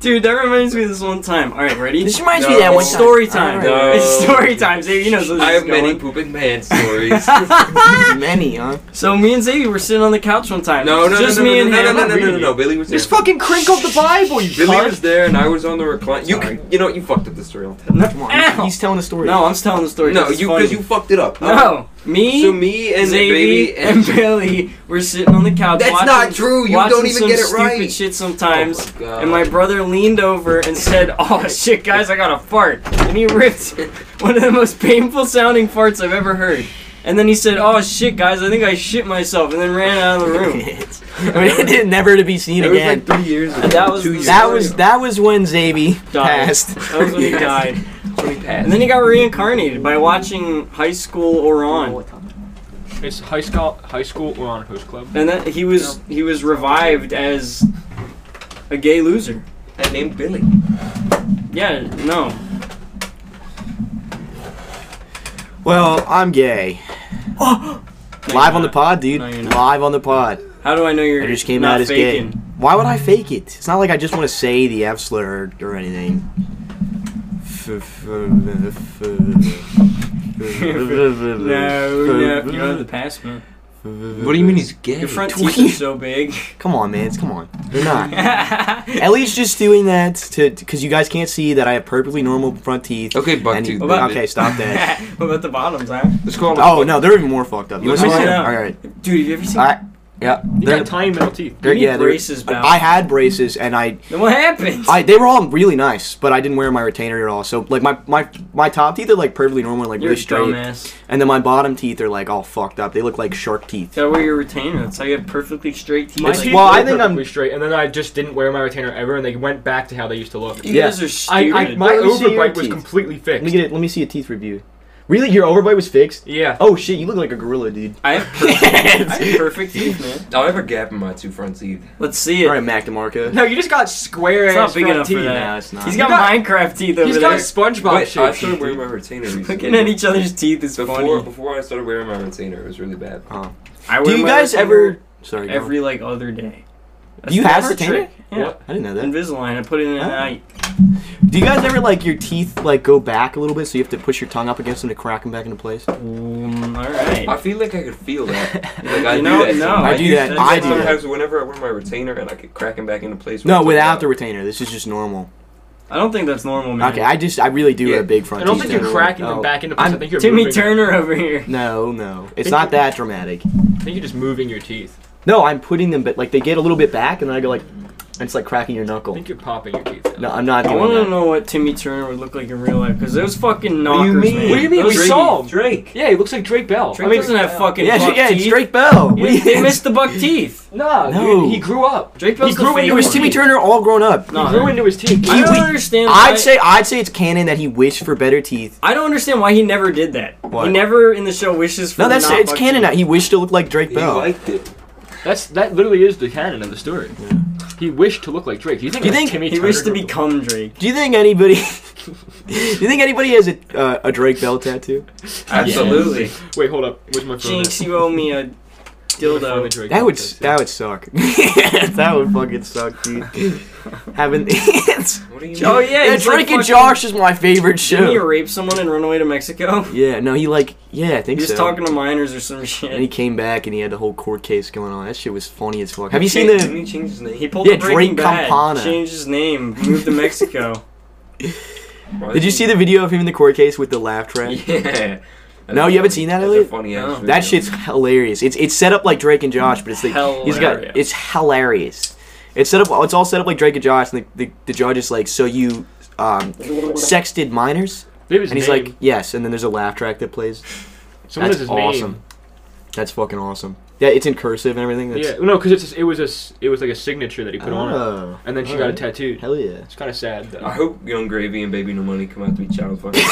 Speaker 1: dude, that reminds me of this one time. All right, ready?
Speaker 2: This reminds me of that
Speaker 4: No.
Speaker 2: one
Speaker 1: It's story time.
Speaker 2: time.
Speaker 4: No.
Speaker 1: It's story time. Xavier, you know this
Speaker 4: I
Speaker 1: is
Speaker 4: have many
Speaker 1: going.
Speaker 4: pooping pants stories.
Speaker 1: Ah!
Speaker 2: Many, huh?
Speaker 1: So me and Xavier were sitting on the couch one time.
Speaker 4: No, no,
Speaker 1: just
Speaker 4: no, no,
Speaker 1: me
Speaker 4: no,
Speaker 1: and
Speaker 4: no,
Speaker 1: him.
Speaker 4: no, no, no, no, no, no. Billy was there.
Speaker 2: Just fucking crinkled the Bible, you
Speaker 4: Billy
Speaker 2: cunt.
Speaker 4: was there, and I was on the recline. You,
Speaker 2: Sorry.
Speaker 4: c- you know, what? you fucked up the story. I'll tell
Speaker 1: No,
Speaker 2: Come
Speaker 1: Ow.
Speaker 2: on, he's telling the story.
Speaker 1: No, I'm just telling the
Speaker 4: you.
Speaker 1: story.
Speaker 4: No,
Speaker 1: it's
Speaker 4: you
Speaker 1: funny.
Speaker 4: because you fucked it up. Uh,
Speaker 1: No, me.
Speaker 4: So Um, me and
Speaker 1: Xavier
Speaker 4: baby
Speaker 1: and Billy were sitting on the couch.
Speaker 4: That's
Speaker 1: watching,
Speaker 4: not true. You
Speaker 1: watching
Speaker 4: don't even
Speaker 1: some
Speaker 4: get it
Speaker 1: stupid
Speaker 4: right.
Speaker 1: Shit sometimes.
Speaker 4: Oh my God.
Speaker 1: and my brother leaned over and said, "Oh shit, guys, I got to fart," and he ripped one of the most painful sounding farts I've ever heard. And then he said, "Oh shit, guys, I think I shit myself," and then ran out of the room.
Speaker 2: I mean, it never to be seen
Speaker 4: It was
Speaker 2: again.
Speaker 4: like three years ago.
Speaker 1: That was
Speaker 4: two
Speaker 1: the-
Speaker 4: years
Speaker 2: that
Speaker 4: ago.
Speaker 2: was that was when Zaby
Speaker 1: Died.
Speaker 2: passed.
Speaker 1: That was when he
Speaker 4: Yes.
Speaker 1: died.
Speaker 4: when he passed.
Speaker 1: And then he got reincarnated by watching High School Oran.
Speaker 3: It's high school, high school or on host club.
Speaker 1: And then he was he was revived as a gay loser.
Speaker 4: I named Billy.
Speaker 1: Yeah, no.
Speaker 2: Well, I'm gay. Live on the pod, dude.
Speaker 1: No, you're not.
Speaker 2: Live on the pod.
Speaker 1: How do I know you're
Speaker 2: I just came
Speaker 1: not
Speaker 2: out as
Speaker 1: faking?
Speaker 2: gay. Why would I fake it? It's not like I just want to say the F slur or, or anything.
Speaker 1: No, no, you're out of the past, man.
Speaker 4: What do you mean he's gay?
Speaker 1: Your front
Speaker 2: Tweet.
Speaker 1: teeth are so big.
Speaker 2: Come on, man. Come on. They're not. Elliot's just doing that to because you guys can't see that I have perfectly normal front teeth.
Speaker 4: Okay, buck
Speaker 2: and-
Speaker 4: tooth.
Speaker 2: okay, stop that.
Speaker 1: what about the bottoms, huh?
Speaker 4: Let's call him.
Speaker 2: Oh no, they're even more fucked up. You want to see
Speaker 1: Let's
Speaker 2: them?
Speaker 1: find
Speaker 2: All
Speaker 1: out.
Speaker 2: right,
Speaker 1: Dude, have you ever seen?
Speaker 2: all right. Yeah,
Speaker 3: You
Speaker 2: they're,
Speaker 3: got tiny metal teeth.
Speaker 2: they're
Speaker 1: need
Speaker 2: yeah. they're-
Speaker 1: braces, pal.
Speaker 2: I had braces, and I,
Speaker 1: Then what happens?
Speaker 2: I, they were all really nice, but I didn't wear my retainer at all. So like my, my, my top teeth are like perfectly normal, like
Speaker 1: you're a
Speaker 2: really straight,
Speaker 1: dumbass.
Speaker 2: and then my bottom teeth are like all fucked up. They look like shark teeth.
Speaker 1: Gotta wear your retainer. That's how you have perfectly straight teeth.
Speaker 3: My
Speaker 2: It's-
Speaker 3: teeth
Speaker 2: well,
Speaker 3: were
Speaker 2: I think I'm-
Speaker 3: perfectly straight, and then I just didn't wear my retainer ever, and they went back to how they used to look.
Speaker 1: you
Speaker 2: yeah.
Speaker 1: guys are
Speaker 3: I,
Speaker 1: stupid.
Speaker 3: I, my
Speaker 2: Let me see your
Speaker 3: overbite was
Speaker 2: teeth.
Speaker 3: completely
Speaker 2: Let me
Speaker 3: fixed.
Speaker 2: get it. Let me see a teeth review. Really, your overbite was fixed?
Speaker 1: Yeah.
Speaker 2: Oh shit, you look like a gorilla, dude.
Speaker 1: I have perfect, I have perfect teeth, man.
Speaker 4: I'll have a gap in my two front teeth.
Speaker 1: Let's see
Speaker 2: All
Speaker 1: it.
Speaker 2: right, Mac DeMarco.
Speaker 3: No, you just got square
Speaker 1: It's
Speaker 3: ass
Speaker 1: not big
Speaker 3: front
Speaker 1: enough
Speaker 3: teeth.
Speaker 1: for that.
Speaker 2: No, it's not.
Speaker 1: He's
Speaker 2: He's
Speaker 1: got,
Speaker 3: got-
Speaker 1: Minecraft teeth over
Speaker 3: He's
Speaker 1: there.
Speaker 3: got SpongeBob
Speaker 4: Wait, I
Speaker 3: shaped teeth.
Speaker 4: started wearing my retainer
Speaker 1: Looking at
Speaker 4: recently.
Speaker 1: each other's teeth is
Speaker 4: Before,
Speaker 1: funny.
Speaker 4: before I started wearing my retainer, it was really bad.
Speaker 1: I
Speaker 2: Do
Speaker 1: wear
Speaker 2: you
Speaker 1: my
Speaker 2: guys
Speaker 1: retainer
Speaker 2: ever? Sorry. go on.
Speaker 1: every like other day? That's-
Speaker 2: you
Speaker 1: that's
Speaker 2: have
Speaker 1: the
Speaker 2: retainer?
Speaker 1: trick. Yeah.
Speaker 3: What?
Speaker 2: I didn't know that.
Speaker 1: Invisalign. I put it in at
Speaker 2: Oh.
Speaker 1: night.
Speaker 2: Do you guys ever like your teeth like go back a little bit, so you have to push your tongue up against them to crack them back into place?
Speaker 1: Mm, all
Speaker 4: I
Speaker 1: right.
Speaker 4: feel like I could feel that. Like I
Speaker 1: You
Speaker 4: do
Speaker 1: know,
Speaker 4: that.
Speaker 1: no,
Speaker 4: sometimes.
Speaker 1: I do
Speaker 2: that.
Speaker 4: Sometimes
Speaker 2: I do that.
Speaker 4: Sometimes whenever I wear my retainer and I get cracking back into place.
Speaker 2: No,
Speaker 4: when I
Speaker 2: without the
Speaker 4: took it
Speaker 2: retainer. This is just normal.
Speaker 1: I don't think that's normal, man.
Speaker 2: Okay, I just I really do
Speaker 4: Yeah.
Speaker 2: have big front
Speaker 3: I don't
Speaker 2: teeth
Speaker 3: think you're
Speaker 2: now.
Speaker 3: cracking them
Speaker 2: Oh.
Speaker 3: back into place. i
Speaker 2: I'm-
Speaker 3: think you're
Speaker 1: Timmy
Speaker 3: moving-
Speaker 1: Turner over here.
Speaker 2: No, no, it's
Speaker 3: Think
Speaker 2: not
Speaker 3: you-
Speaker 2: that dramatic.
Speaker 3: I think you're just moving your teeth.
Speaker 2: No, I'm putting them, but like they get a little bit back, and then I go like, and it's like cracking your
Speaker 3: I
Speaker 2: knuckle.
Speaker 3: think you're popping your teeth. out.
Speaker 2: No, I'm not
Speaker 1: I
Speaker 2: doing
Speaker 1: want
Speaker 2: that.
Speaker 1: to know what Timmy Turner would look like in real life because those fucking knockers.
Speaker 4: you mean?
Speaker 1: Man.
Speaker 4: What do you
Speaker 3: mean?
Speaker 1: Those
Speaker 3: We
Speaker 1: teeth-
Speaker 3: saw 'em.
Speaker 4: Drake.
Speaker 3: Yeah, he looks like Drake Bell.
Speaker 1: Drake
Speaker 3: I mean,
Speaker 1: doesn't have fucking
Speaker 2: Yeah,
Speaker 1: buck
Speaker 2: she, yeah,
Speaker 1: teeth.
Speaker 2: it's Drake Bell. What do
Speaker 1: Yeah,
Speaker 2: you-
Speaker 1: they missed the buck teeth.
Speaker 3: No,
Speaker 2: No.
Speaker 3: dude, he grew up.
Speaker 1: Drake
Speaker 3: he
Speaker 1: Bell's the
Speaker 3: grew
Speaker 1: fake
Speaker 2: it
Speaker 3: into
Speaker 2: was
Speaker 1: one.
Speaker 2: Timmy Turner all grown up.
Speaker 1: No,
Speaker 3: He grew into his teeth.
Speaker 1: I don't
Speaker 2: Kiwi.
Speaker 1: understand. why-
Speaker 2: I'd say I'd say it's canon that he wished for better teeth.
Speaker 1: I don't understand why he never did that.
Speaker 2: What?
Speaker 1: He never in the show wishes for.
Speaker 2: No, that's
Speaker 1: not
Speaker 2: it's
Speaker 1: buck
Speaker 2: canon
Speaker 1: teeth.
Speaker 2: that he wished to look like Drake
Speaker 4: He
Speaker 2: Bell.
Speaker 4: liked it.
Speaker 3: That's that literally is the canon of the story. He wished to look like Drake. Do you think?
Speaker 2: Do you
Speaker 3: it was
Speaker 2: think
Speaker 3: Timmy
Speaker 1: He wished to
Speaker 3: Turner grew-
Speaker 1: become Drake.
Speaker 2: Do you think anybody? do you think anybody has a uh, a Drake Bell tattoo?
Speaker 4: Absolutely.
Speaker 3: Wait, hold up. Where's my phone?
Speaker 1: Jinx, you owe me a dildo.
Speaker 2: That would that would suck. that would fucking suck, dude. Having it's,
Speaker 4: What do you
Speaker 1: Oh
Speaker 4: mean?
Speaker 1: yeah,
Speaker 2: yeah,
Speaker 1: he's like
Speaker 2: Drake and
Speaker 1: fucking-
Speaker 2: Josh is my favorite
Speaker 1: Didn't he
Speaker 2: show.
Speaker 1: rape someone and run away to Mexico?
Speaker 2: Yeah, no, he like yeah, I think
Speaker 1: He was
Speaker 2: so.
Speaker 1: talking to minors or some
Speaker 2: and he
Speaker 1: shit.
Speaker 2: came back and he had the whole court case going on. That shit was funny as fuck. Have you
Speaker 4: He
Speaker 2: seen
Speaker 4: changed-
Speaker 2: the?
Speaker 4: He changed his name.
Speaker 1: He pulled
Speaker 2: Yeah,
Speaker 1: a Breaking
Speaker 2: Drake
Speaker 1: Bad,
Speaker 2: Campana.
Speaker 1: changed his name, moved to Mexico.
Speaker 4: Why
Speaker 2: Did you see the video of him in the court case with the laugh track?
Speaker 4: Yeah.
Speaker 2: No, you haven't seen that,
Speaker 4: That's
Speaker 2: Elliot?
Speaker 4: A funny ass
Speaker 1: No.
Speaker 4: video.
Speaker 2: That shit's hilarious. It's it's set up like Drake and Josh, but it's like he's
Speaker 1: Hilarious.
Speaker 2: got it's hilarious. It's set up. It's all set up like Drake and Josh, and the, the, the judge is like, "So you um, sexted minors?"
Speaker 3: Maybe his
Speaker 2: And he's
Speaker 3: name.
Speaker 2: like, "Yes." And then there's a laugh track that plays.
Speaker 3: someone
Speaker 2: That's
Speaker 3: has his
Speaker 2: awesome.
Speaker 3: name.
Speaker 2: That's fucking awesome. Yeah, it's in cursive and everything. That's,
Speaker 3: Yeah, no, because it's it was a s- it was like a signature that he put on, it.
Speaker 2: Oh,
Speaker 3: and then she got a
Speaker 2: alright.
Speaker 3: tattoo.
Speaker 2: Hell yeah.
Speaker 3: It's kind of sad.
Speaker 4: I
Speaker 3: Though.
Speaker 4: hope Young Gravy and Baby No Money come out to be child fuckers.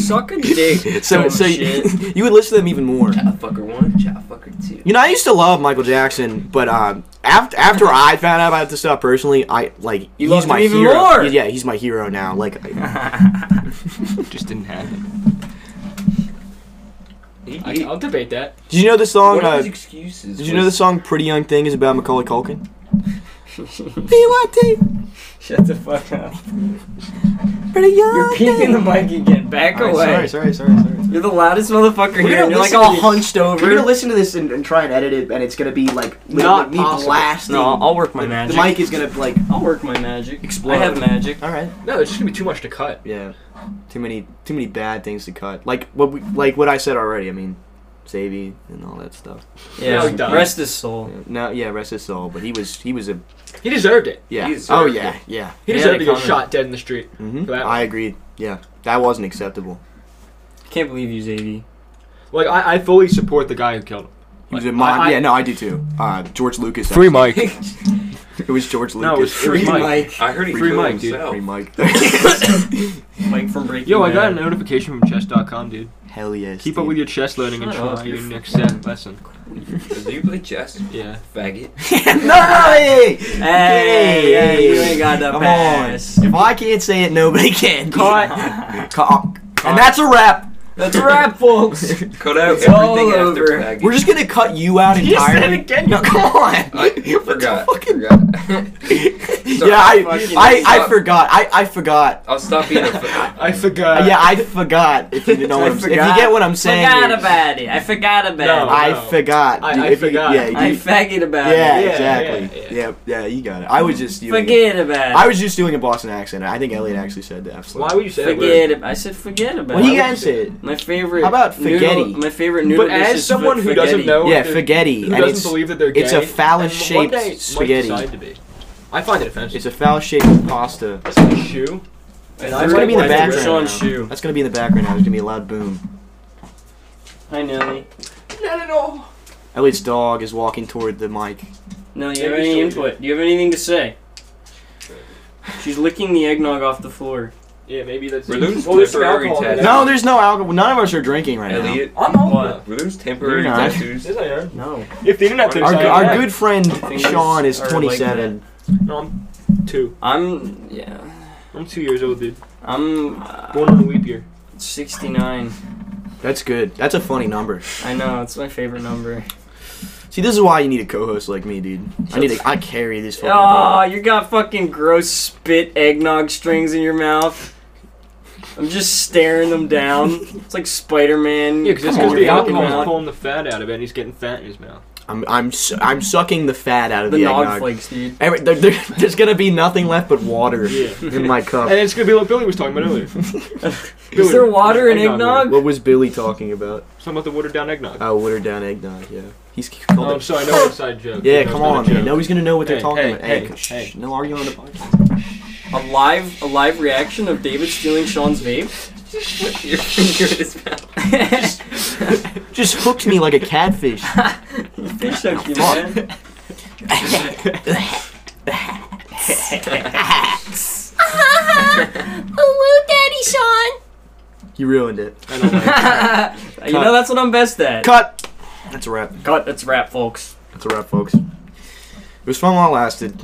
Speaker 1: Suck a dick.
Speaker 2: so
Speaker 1: dumb
Speaker 2: so you,
Speaker 1: shit.
Speaker 2: you would listen to them even more.
Speaker 4: child fucker one, child fucker two.
Speaker 2: You know, I used to love Michael Jackson, but um, after after I found out about this stuff personally, I like
Speaker 1: You
Speaker 2: he's
Speaker 1: loved
Speaker 2: my
Speaker 1: him even
Speaker 2: hero.
Speaker 1: more!
Speaker 2: Yeah, he's my hero now. Like, I-
Speaker 3: Just didn't happen.
Speaker 4: He,
Speaker 3: I,
Speaker 4: he,
Speaker 3: I'll debate that.
Speaker 2: did you know the song?
Speaker 4: one
Speaker 2: Uh,
Speaker 4: of his excuses.
Speaker 2: did you know the
Speaker 4: was-
Speaker 2: song "Pretty Young Thing" is about Macaulay Culkin? BYT,
Speaker 1: Shut the fuck up.
Speaker 2: pretty young.
Speaker 1: You're peeking the mic again. Back
Speaker 2: All right,
Speaker 1: away.
Speaker 2: sorry, sorry, sorry, sorry. sorry.
Speaker 1: You're the loudest motherfucker
Speaker 2: We're
Speaker 1: here.
Speaker 2: gonna
Speaker 1: And you're like
Speaker 2: listen
Speaker 1: all
Speaker 2: to-
Speaker 1: hunched over.
Speaker 2: We're gonna listen to this and, and try and edit it, and it's gonna be like
Speaker 1: Not
Speaker 2: literally
Speaker 1: possible.
Speaker 2: blasting.
Speaker 1: No, I'll, I'll work my
Speaker 2: the,
Speaker 1: magic.
Speaker 2: the mic is gonna like.
Speaker 1: I'll work my magic.
Speaker 2: Explode.
Speaker 1: I have magic.
Speaker 2: All right.
Speaker 3: No, it's just gonna be too much to cut.
Speaker 2: Yeah. Too many, too many bad things to cut. Like what we, like what I said already. I mean, Savy and all that stuff.
Speaker 1: Yeah.
Speaker 3: Yeah, done.
Speaker 1: Rest his soul.
Speaker 2: No, yeah, rest his soul. But he was, he was a,
Speaker 3: He deserved it.
Speaker 2: yeah.
Speaker 4: He deserved
Speaker 2: oh yeah,
Speaker 4: it.
Speaker 2: yeah.
Speaker 3: He
Speaker 1: Yeah,
Speaker 3: deserved
Speaker 1: they
Speaker 3: to get
Speaker 1: comment.
Speaker 3: shot dead in the street.
Speaker 2: hmm
Speaker 3: That-
Speaker 2: I agreed. Yeah, that wasn't acceptable.
Speaker 1: Can't believe you, Xavier.
Speaker 3: Like I, I fully support the guy who killed him.
Speaker 2: He was a
Speaker 3: Like,
Speaker 2: mon-
Speaker 3: I- I-
Speaker 2: yeah, no, I do too. Uh, George Lucas.
Speaker 3: Mike.
Speaker 2: It was George Lucas.
Speaker 3: No, it was free Oh. Mike.
Speaker 4: I heard he
Speaker 3: Free
Speaker 4: killed
Speaker 3: Mike, dude.
Speaker 4: himself.
Speaker 2: Free Mike.
Speaker 1: Mike from Breaking
Speaker 3: Yo, I got a
Speaker 1: Bad.
Speaker 3: notification from chess.com, dude.
Speaker 2: Hell yes.
Speaker 3: Keep up
Speaker 2: dude.
Speaker 3: with your chess learning and
Speaker 1: Shut up,
Speaker 3: try
Speaker 1: you
Speaker 3: your next set lesson.
Speaker 4: Do you play chess?
Speaker 3: Yeah.
Speaker 4: Faggot.
Speaker 2: no, hey,
Speaker 1: Hey, hey, you ain't got the
Speaker 2: Come
Speaker 1: pass.
Speaker 2: on. If I can't say it, nobody can.
Speaker 1: Cut.
Speaker 2: Cut. And that's a wrap.
Speaker 1: That's a wrap, folks.
Speaker 4: Cut out
Speaker 1: It's
Speaker 4: everything
Speaker 1: all
Speaker 4: after
Speaker 1: over.
Speaker 4: faggot.
Speaker 2: We're just gonna cut you out
Speaker 3: You said
Speaker 2: entirely.
Speaker 3: again.
Speaker 2: No, come on.
Speaker 4: I
Speaker 2: What the
Speaker 4: forgot.
Speaker 2: fucking-
Speaker 4: forgot.
Speaker 2: yeah, I,
Speaker 1: fucking
Speaker 2: I, I
Speaker 4: stop.
Speaker 2: forgot. I, I forgot.
Speaker 4: I'll stop being a faggot.
Speaker 3: I forgot.
Speaker 2: yeah, I forgot. If you know
Speaker 1: I
Speaker 2: what I'm, if you
Speaker 1: forgot.
Speaker 2: get what I'm saying,
Speaker 1: forgot
Speaker 2: here.
Speaker 1: about it. I forgot about
Speaker 3: No.
Speaker 1: it.
Speaker 2: I
Speaker 3: Oh,
Speaker 2: forgot.
Speaker 3: I-
Speaker 2: dude.
Speaker 3: I
Speaker 2: If you-
Speaker 3: forgot.
Speaker 2: Yeah, you-
Speaker 1: I faggot about
Speaker 2: yeah,
Speaker 1: it.
Speaker 3: yeah,
Speaker 2: exactly.
Speaker 3: yeah,
Speaker 2: Yeah
Speaker 3: yeah.
Speaker 2: yeah. you got it. I was just doing.
Speaker 1: Forget about
Speaker 2: I
Speaker 1: it.
Speaker 2: was just doing a Boston accent. I think Elliot actually said that.
Speaker 3: Why would you say that?
Speaker 1: Forget it. I said forget about
Speaker 2: Well,
Speaker 1: it.
Speaker 2: he guys said.
Speaker 1: My favorite.
Speaker 2: How about spaghetti?
Speaker 1: Noodle, my favorite noodle
Speaker 3: But
Speaker 1: dish
Speaker 3: as
Speaker 1: is
Speaker 3: someone who
Speaker 1: spaghetti.
Speaker 3: doesn't know,
Speaker 2: Yeah,
Speaker 3: that-
Speaker 2: spaghetti.
Speaker 3: Oh, who
Speaker 2: and
Speaker 3: doesn't
Speaker 2: it's,
Speaker 3: believe that they're gay,
Speaker 2: it's a
Speaker 3: and one
Speaker 2: phallus-shaped
Speaker 3: day might
Speaker 2: spaghetti.
Speaker 3: decide to be. I find it offensive.
Speaker 2: It's a foul-shaped pasta.
Speaker 3: That's my shoe. And
Speaker 2: It's gonna be in the
Speaker 3: like
Speaker 1: That's
Speaker 2: background.
Speaker 1: Sean
Speaker 2: now.
Speaker 1: Shoe.
Speaker 2: That's gonna be in the background. now. There's gonna be a loud boom.
Speaker 1: Hi, Nelly.
Speaker 3: Not at all.
Speaker 2: Elliot's dog is walking toward the mic.
Speaker 1: Nelly, you
Speaker 3: Maybe
Speaker 1: have any
Speaker 3: she'll-
Speaker 1: input? Do you have anything to say? She's licking the eggnog off the floor.
Speaker 3: Yeah, maybe that's.
Speaker 6: Balloons
Speaker 3: Well, there's some
Speaker 6: temporary
Speaker 3: alcohol in it.
Speaker 6: tattoo.
Speaker 2: No, there's no alcohol. None of us are drinking right now.
Speaker 6: Elliot,
Speaker 3: I'm old.
Speaker 1: What?
Speaker 6: were those temporary
Speaker 2: You're not.
Speaker 6: tattoos?
Speaker 3: Yes, I am.
Speaker 1: No.
Speaker 3: If the internet
Speaker 6: Our-
Speaker 3: takes
Speaker 2: Our,
Speaker 3: I
Speaker 2: our
Speaker 3: am.
Speaker 2: good friend Sean is
Speaker 1: Or like
Speaker 2: 27.
Speaker 3: No, I'm two.
Speaker 1: I'm yeah.
Speaker 3: I'm two years old, dude.
Speaker 1: I'm uh,
Speaker 3: Born on a leap year.
Speaker 1: 69.
Speaker 2: That's good. That's a funny number.
Speaker 1: I know it's my favorite number.
Speaker 2: See, this is why you need a co-host like me, dude. I need. A, I carry this fucking.
Speaker 1: Oh,
Speaker 2: Oh,
Speaker 1: you got fucking gross spit eggnog strings in your mouth. I'm just staring them down. It's like Spider-Man.
Speaker 3: Yeah, because
Speaker 2: that's
Speaker 3: that's
Speaker 2: Come 'cause
Speaker 3: because
Speaker 2: on, the
Speaker 3: the
Speaker 2: you're fucking
Speaker 3: alcohol's
Speaker 2: alcohol's wrong.
Speaker 3: pulling the fat out of it, and he's getting fat in his mouth.
Speaker 2: I'm I'm su- I'm sucking the fat out of
Speaker 1: the
Speaker 2: the,
Speaker 1: nog
Speaker 2: eggnog.
Speaker 1: flakes, dude.
Speaker 2: Every, there, there- there's gonna be nothing left but water
Speaker 3: Yeah.
Speaker 2: in my
Speaker 3: And
Speaker 2: cup.
Speaker 3: it's gonna be like Billy was talking about earlier.
Speaker 1: Is there water in
Speaker 3: Eggnog,
Speaker 1: eggnog?
Speaker 2: What was Billy talking about?
Speaker 3: Something about the watered down eggnog.
Speaker 2: Oh, watered down eggnog. Yeah, he's called
Speaker 3: Oh,
Speaker 2: it
Speaker 3: I'm sorry, no inside joke.
Speaker 2: Yeah,
Speaker 3: That
Speaker 2: come
Speaker 3: was not a
Speaker 2: on, man.
Speaker 3: joke.
Speaker 2: Nobody's gonna know what they're
Speaker 3: Hey,
Speaker 2: talking
Speaker 3: hey,
Speaker 2: about.
Speaker 3: hey,
Speaker 2: shh,
Speaker 3: hey.
Speaker 2: shh, no arguing on the podcast.
Speaker 1: A live, a live reaction of David stealing Sean's vape.
Speaker 6: Your finger in his mouth.
Speaker 2: Just hooked me like a catfish.
Speaker 1: Fish hook, you man.
Speaker 7: Hello, Daddy Sean.
Speaker 2: you ruined it.
Speaker 3: I don't like it.
Speaker 1: you know that's what I'm best at.
Speaker 2: Cut. That's a wrap.
Speaker 1: Cut. That's rap, folks.
Speaker 2: That's a wrap, folks. It was fun while it lasted.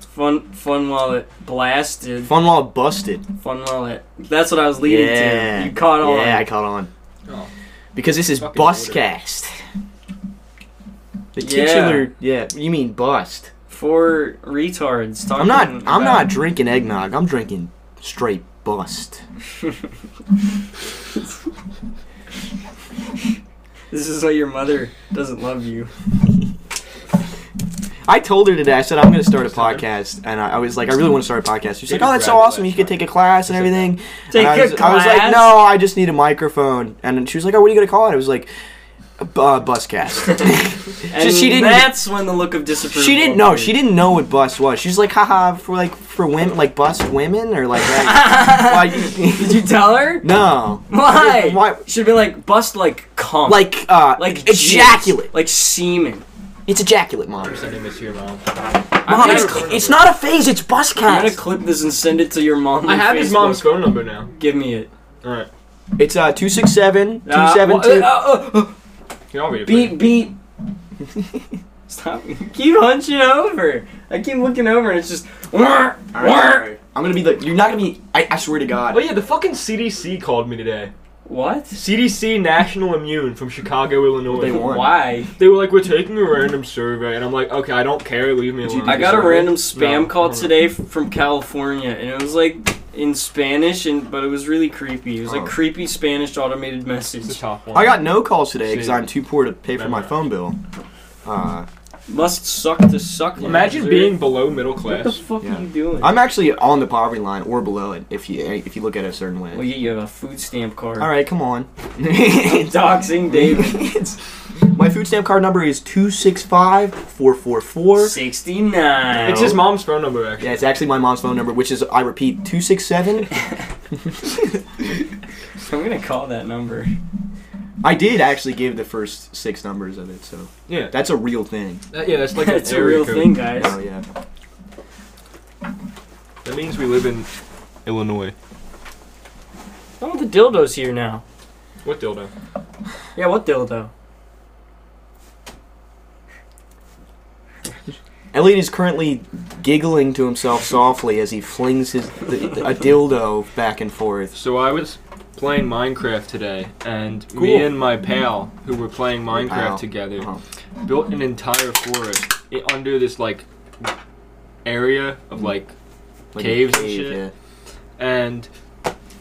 Speaker 1: Fun, fun while it blasted.
Speaker 2: Fun while it busted.
Speaker 1: Fun while it. That's what I was leading to. You caught on.
Speaker 2: Yeah, I caught on.
Speaker 3: Oh.
Speaker 2: Because this is
Speaker 3: Fucking
Speaker 2: Bustcast. The
Speaker 1: Yeah.
Speaker 2: titular, yeah. You mean bust?
Speaker 1: Four retards talking.
Speaker 2: I'm not. I'm
Speaker 1: about-
Speaker 2: not drinking eggnog. I'm drinking straight bust.
Speaker 1: This is why your mother doesn't love you.
Speaker 2: I told her today. I said I'm going to start a
Speaker 3: First time.
Speaker 2: podcast, and I, I was like, I really want to start a podcast. She's like,
Speaker 3: David
Speaker 2: Oh, that's so
Speaker 3: Bradley
Speaker 2: awesome! You
Speaker 3: last
Speaker 2: could
Speaker 3: time.
Speaker 2: take a class and
Speaker 3: He said
Speaker 2: everything.
Speaker 1: Take
Speaker 2: And I was,
Speaker 1: a
Speaker 2: I
Speaker 1: class.
Speaker 2: was like, No, I just need a microphone. And then she was like, Oh, what are you going to call it? I was like, uh, Buscast.
Speaker 1: And
Speaker 2: she didn't-
Speaker 1: That's when the look of disapproval.
Speaker 2: she didn't know. She didn't know what bus was. She's like, haha, for like for women, like bus women or like. like why-
Speaker 1: Did you tell her?
Speaker 2: no.
Speaker 1: Why?
Speaker 2: Why?
Speaker 1: Should be like bust like cum.
Speaker 2: Like uh,
Speaker 1: like jizz.
Speaker 2: ejaculate.
Speaker 1: Like semen.
Speaker 2: It's ejaculate, mom.
Speaker 3: Send him this here, mom.
Speaker 1: I'm
Speaker 2: Mom,
Speaker 1: gonna
Speaker 2: Oh, it's,
Speaker 1: cl-
Speaker 2: it's not a phase. It's
Speaker 1: I'm gonna
Speaker 2: buscast.
Speaker 1: clip this and send it to your mom.
Speaker 3: I
Speaker 1: on
Speaker 3: have his
Speaker 1: Facebook.
Speaker 3: mom's phone number now.
Speaker 1: Give me it.
Speaker 3: All right,
Speaker 2: It's uh two six seven two
Speaker 1: Uh,
Speaker 2: seven
Speaker 1: uh,
Speaker 2: two.
Speaker 1: uh, uh, uh,
Speaker 3: you all read it. for you.
Speaker 1: beep beep. Stop. You keep hunching over. I keep looking over and it's just.
Speaker 2: I'm gonna be like, you're not gonna be. I, I swear to God.
Speaker 3: Oh yeah, the fucking CDC called me today.
Speaker 1: What?
Speaker 3: CDC National Immune from Chicago, Illinois.
Speaker 2: They want-
Speaker 1: Why?
Speaker 3: They were like, we're taking a random survey, and I'm like, okay, I don't care, leave me alone.
Speaker 1: I got a
Speaker 3: Sorry.
Speaker 1: random spam
Speaker 3: No,
Speaker 1: call
Speaker 3: no.
Speaker 1: today f- from California, and it was like in Spanish, and but it was really creepy. It was like
Speaker 2: Oh.
Speaker 1: creepy Spanish automated
Speaker 3: It's the
Speaker 1: message.
Speaker 3: top one.
Speaker 2: I got no calls today because
Speaker 3: Shit.
Speaker 2: I'm too poor to pay for my
Speaker 3: Memorized.
Speaker 2: phone bill. Uh,
Speaker 1: Must suck to suck. you
Speaker 3: Imagine
Speaker 1: loser.
Speaker 3: being below middle
Speaker 1: What the
Speaker 3: class.
Speaker 1: fuck
Speaker 2: Yeah.
Speaker 1: are you doing?
Speaker 2: I'm actually on the poverty line or below it if you if you look at it a certain way.
Speaker 1: well, yeah, you have a food stamp card.
Speaker 2: All right, come on.
Speaker 1: Doxing David.
Speaker 2: my food stamp card number is two six five four four four.
Speaker 1: Sixty-nine.
Speaker 3: It's his mom's phone number, actually.
Speaker 2: Yeah, it's actually my mom's phone number, which is I repeat two six seven.
Speaker 1: I'm gonna call that number.
Speaker 2: I did actually give the first six numbers of it, so
Speaker 3: Yeah, that,
Speaker 2: that's a real thing.
Speaker 3: yeah, that's like
Speaker 1: It's
Speaker 3: an
Speaker 1: a
Speaker 3: area
Speaker 1: real
Speaker 3: code.
Speaker 1: thing, guys.
Speaker 2: Oh yeah.
Speaker 3: That means we live in Illinois.
Speaker 1: Oh, the dildo's here now.
Speaker 3: What dildo?
Speaker 1: Yeah, what dildo?
Speaker 2: Elliot is currently giggling to himself softly as he flings his the, a dildo back and forth.
Speaker 3: So I was playing Minecraft today, and
Speaker 2: Cool.
Speaker 3: me and my pal, who were playing Minecraft
Speaker 2: pal.
Speaker 3: together,
Speaker 2: Uh-huh.
Speaker 3: built an entire forest i- under this like area of like
Speaker 2: Mm. Like a
Speaker 3: caves and
Speaker 2: cave,
Speaker 3: shit.
Speaker 2: yeah.
Speaker 3: And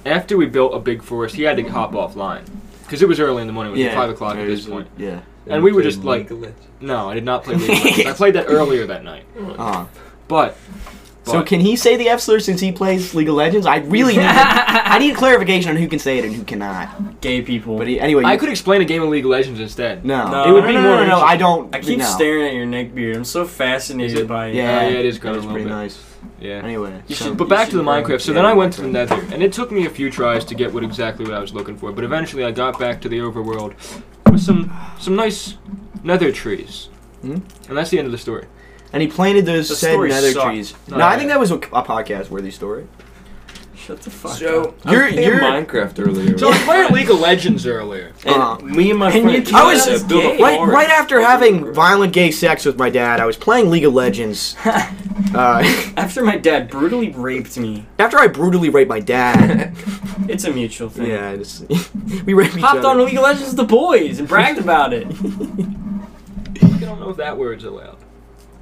Speaker 3: after we built a big forest, he had to hop offline because it was early in the morning. It was like
Speaker 2: Yeah.
Speaker 3: five o'clock
Speaker 2: It
Speaker 3: at this
Speaker 2: was-
Speaker 3: point.
Speaker 2: Yeah.
Speaker 3: And we were just like, no, I did not play League of Legends. I played that earlier that night.
Speaker 2: Uh-huh.
Speaker 3: But,
Speaker 2: So
Speaker 3: but-
Speaker 2: can he say the F slur since he plays League of Legends? I really need I need clarification on who can say it and who cannot.
Speaker 1: Gay people.
Speaker 2: But he, anyway,
Speaker 3: I
Speaker 2: you-
Speaker 3: could explain a game of League of Legends instead.
Speaker 2: No.
Speaker 1: No.
Speaker 2: It would be more. No, no, no, I don't.
Speaker 1: I keep
Speaker 2: no.
Speaker 1: staring at your neck beard. I'm so
Speaker 3: Is
Speaker 1: fascinated
Speaker 3: it-
Speaker 1: by it.
Speaker 2: Yeah,
Speaker 3: Yeah, yeah, it is
Speaker 2: That
Speaker 3: growing
Speaker 2: was
Speaker 3: a little
Speaker 2: pretty
Speaker 3: bit.
Speaker 2: nice.
Speaker 3: Yeah.
Speaker 2: Anyway,
Speaker 1: You
Speaker 2: so-
Speaker 1: should-
Speaker 3: But back
Speaker 1: You
Speaker 3: to the
Speaker 1: should go-
Speaker 3: Minecraft. So
Speaker 2: yeah,
Speaker 3: then I went to the
Speaker 2: Minecraft.
Speaker 3: Nether, and it took me a few tries to get what exactly what I was looking for. But eventually, I got back to the overworld with some some nice Nether trees,
Speaker 1: Hmm?
Speaker 2: Mhm.
Speaker 3: and that's the end of the story.
Speaker 2: and he planted those
Speaker 1: The
Speaker 2: said
Speaker 1: story
Speaker 2: nether
Speaker 1: sucked.
Speaker 2: trees. No,
Speaker 3: No,
Speaker 2: I think
Speaker 3: yeah.
Speaker 2: that was a, a podcast worthy story.
Speaker 1: Shut the fuck up.
Speaker 6: So
Speaker 2: I was You're- playing you're-
Speaker 6: Minecraft earlier.
Speaker 3: So I was playing League of Legends earlier.
Speaker 1: And
Speaker 2: Uh,
Speaker 1: me and my
Speaker 5: and you
Speaker 1: friend.
Speaker 5: can't- I was-
Speaker 1: uh, built a
Speaker 5: Right-
Speaker 2: Right,
Speaker 1: forest.
Speaker 2: right after having violent gay sex with my dad, I was playing League of Legends. uh,
Speaker 1: After my dad brutally raped me,
Speaker 2: after I brutally raped my dad,
Speaker 1: it's a mutual thing.
Speaker 2: yeah, it's- we raped each
Speaker 1: Hopped
Speaker 2: other.
Speaker 1: on League of Legends with the boys and bragged about it.
Speaker 3: I don't know if that word's allowed.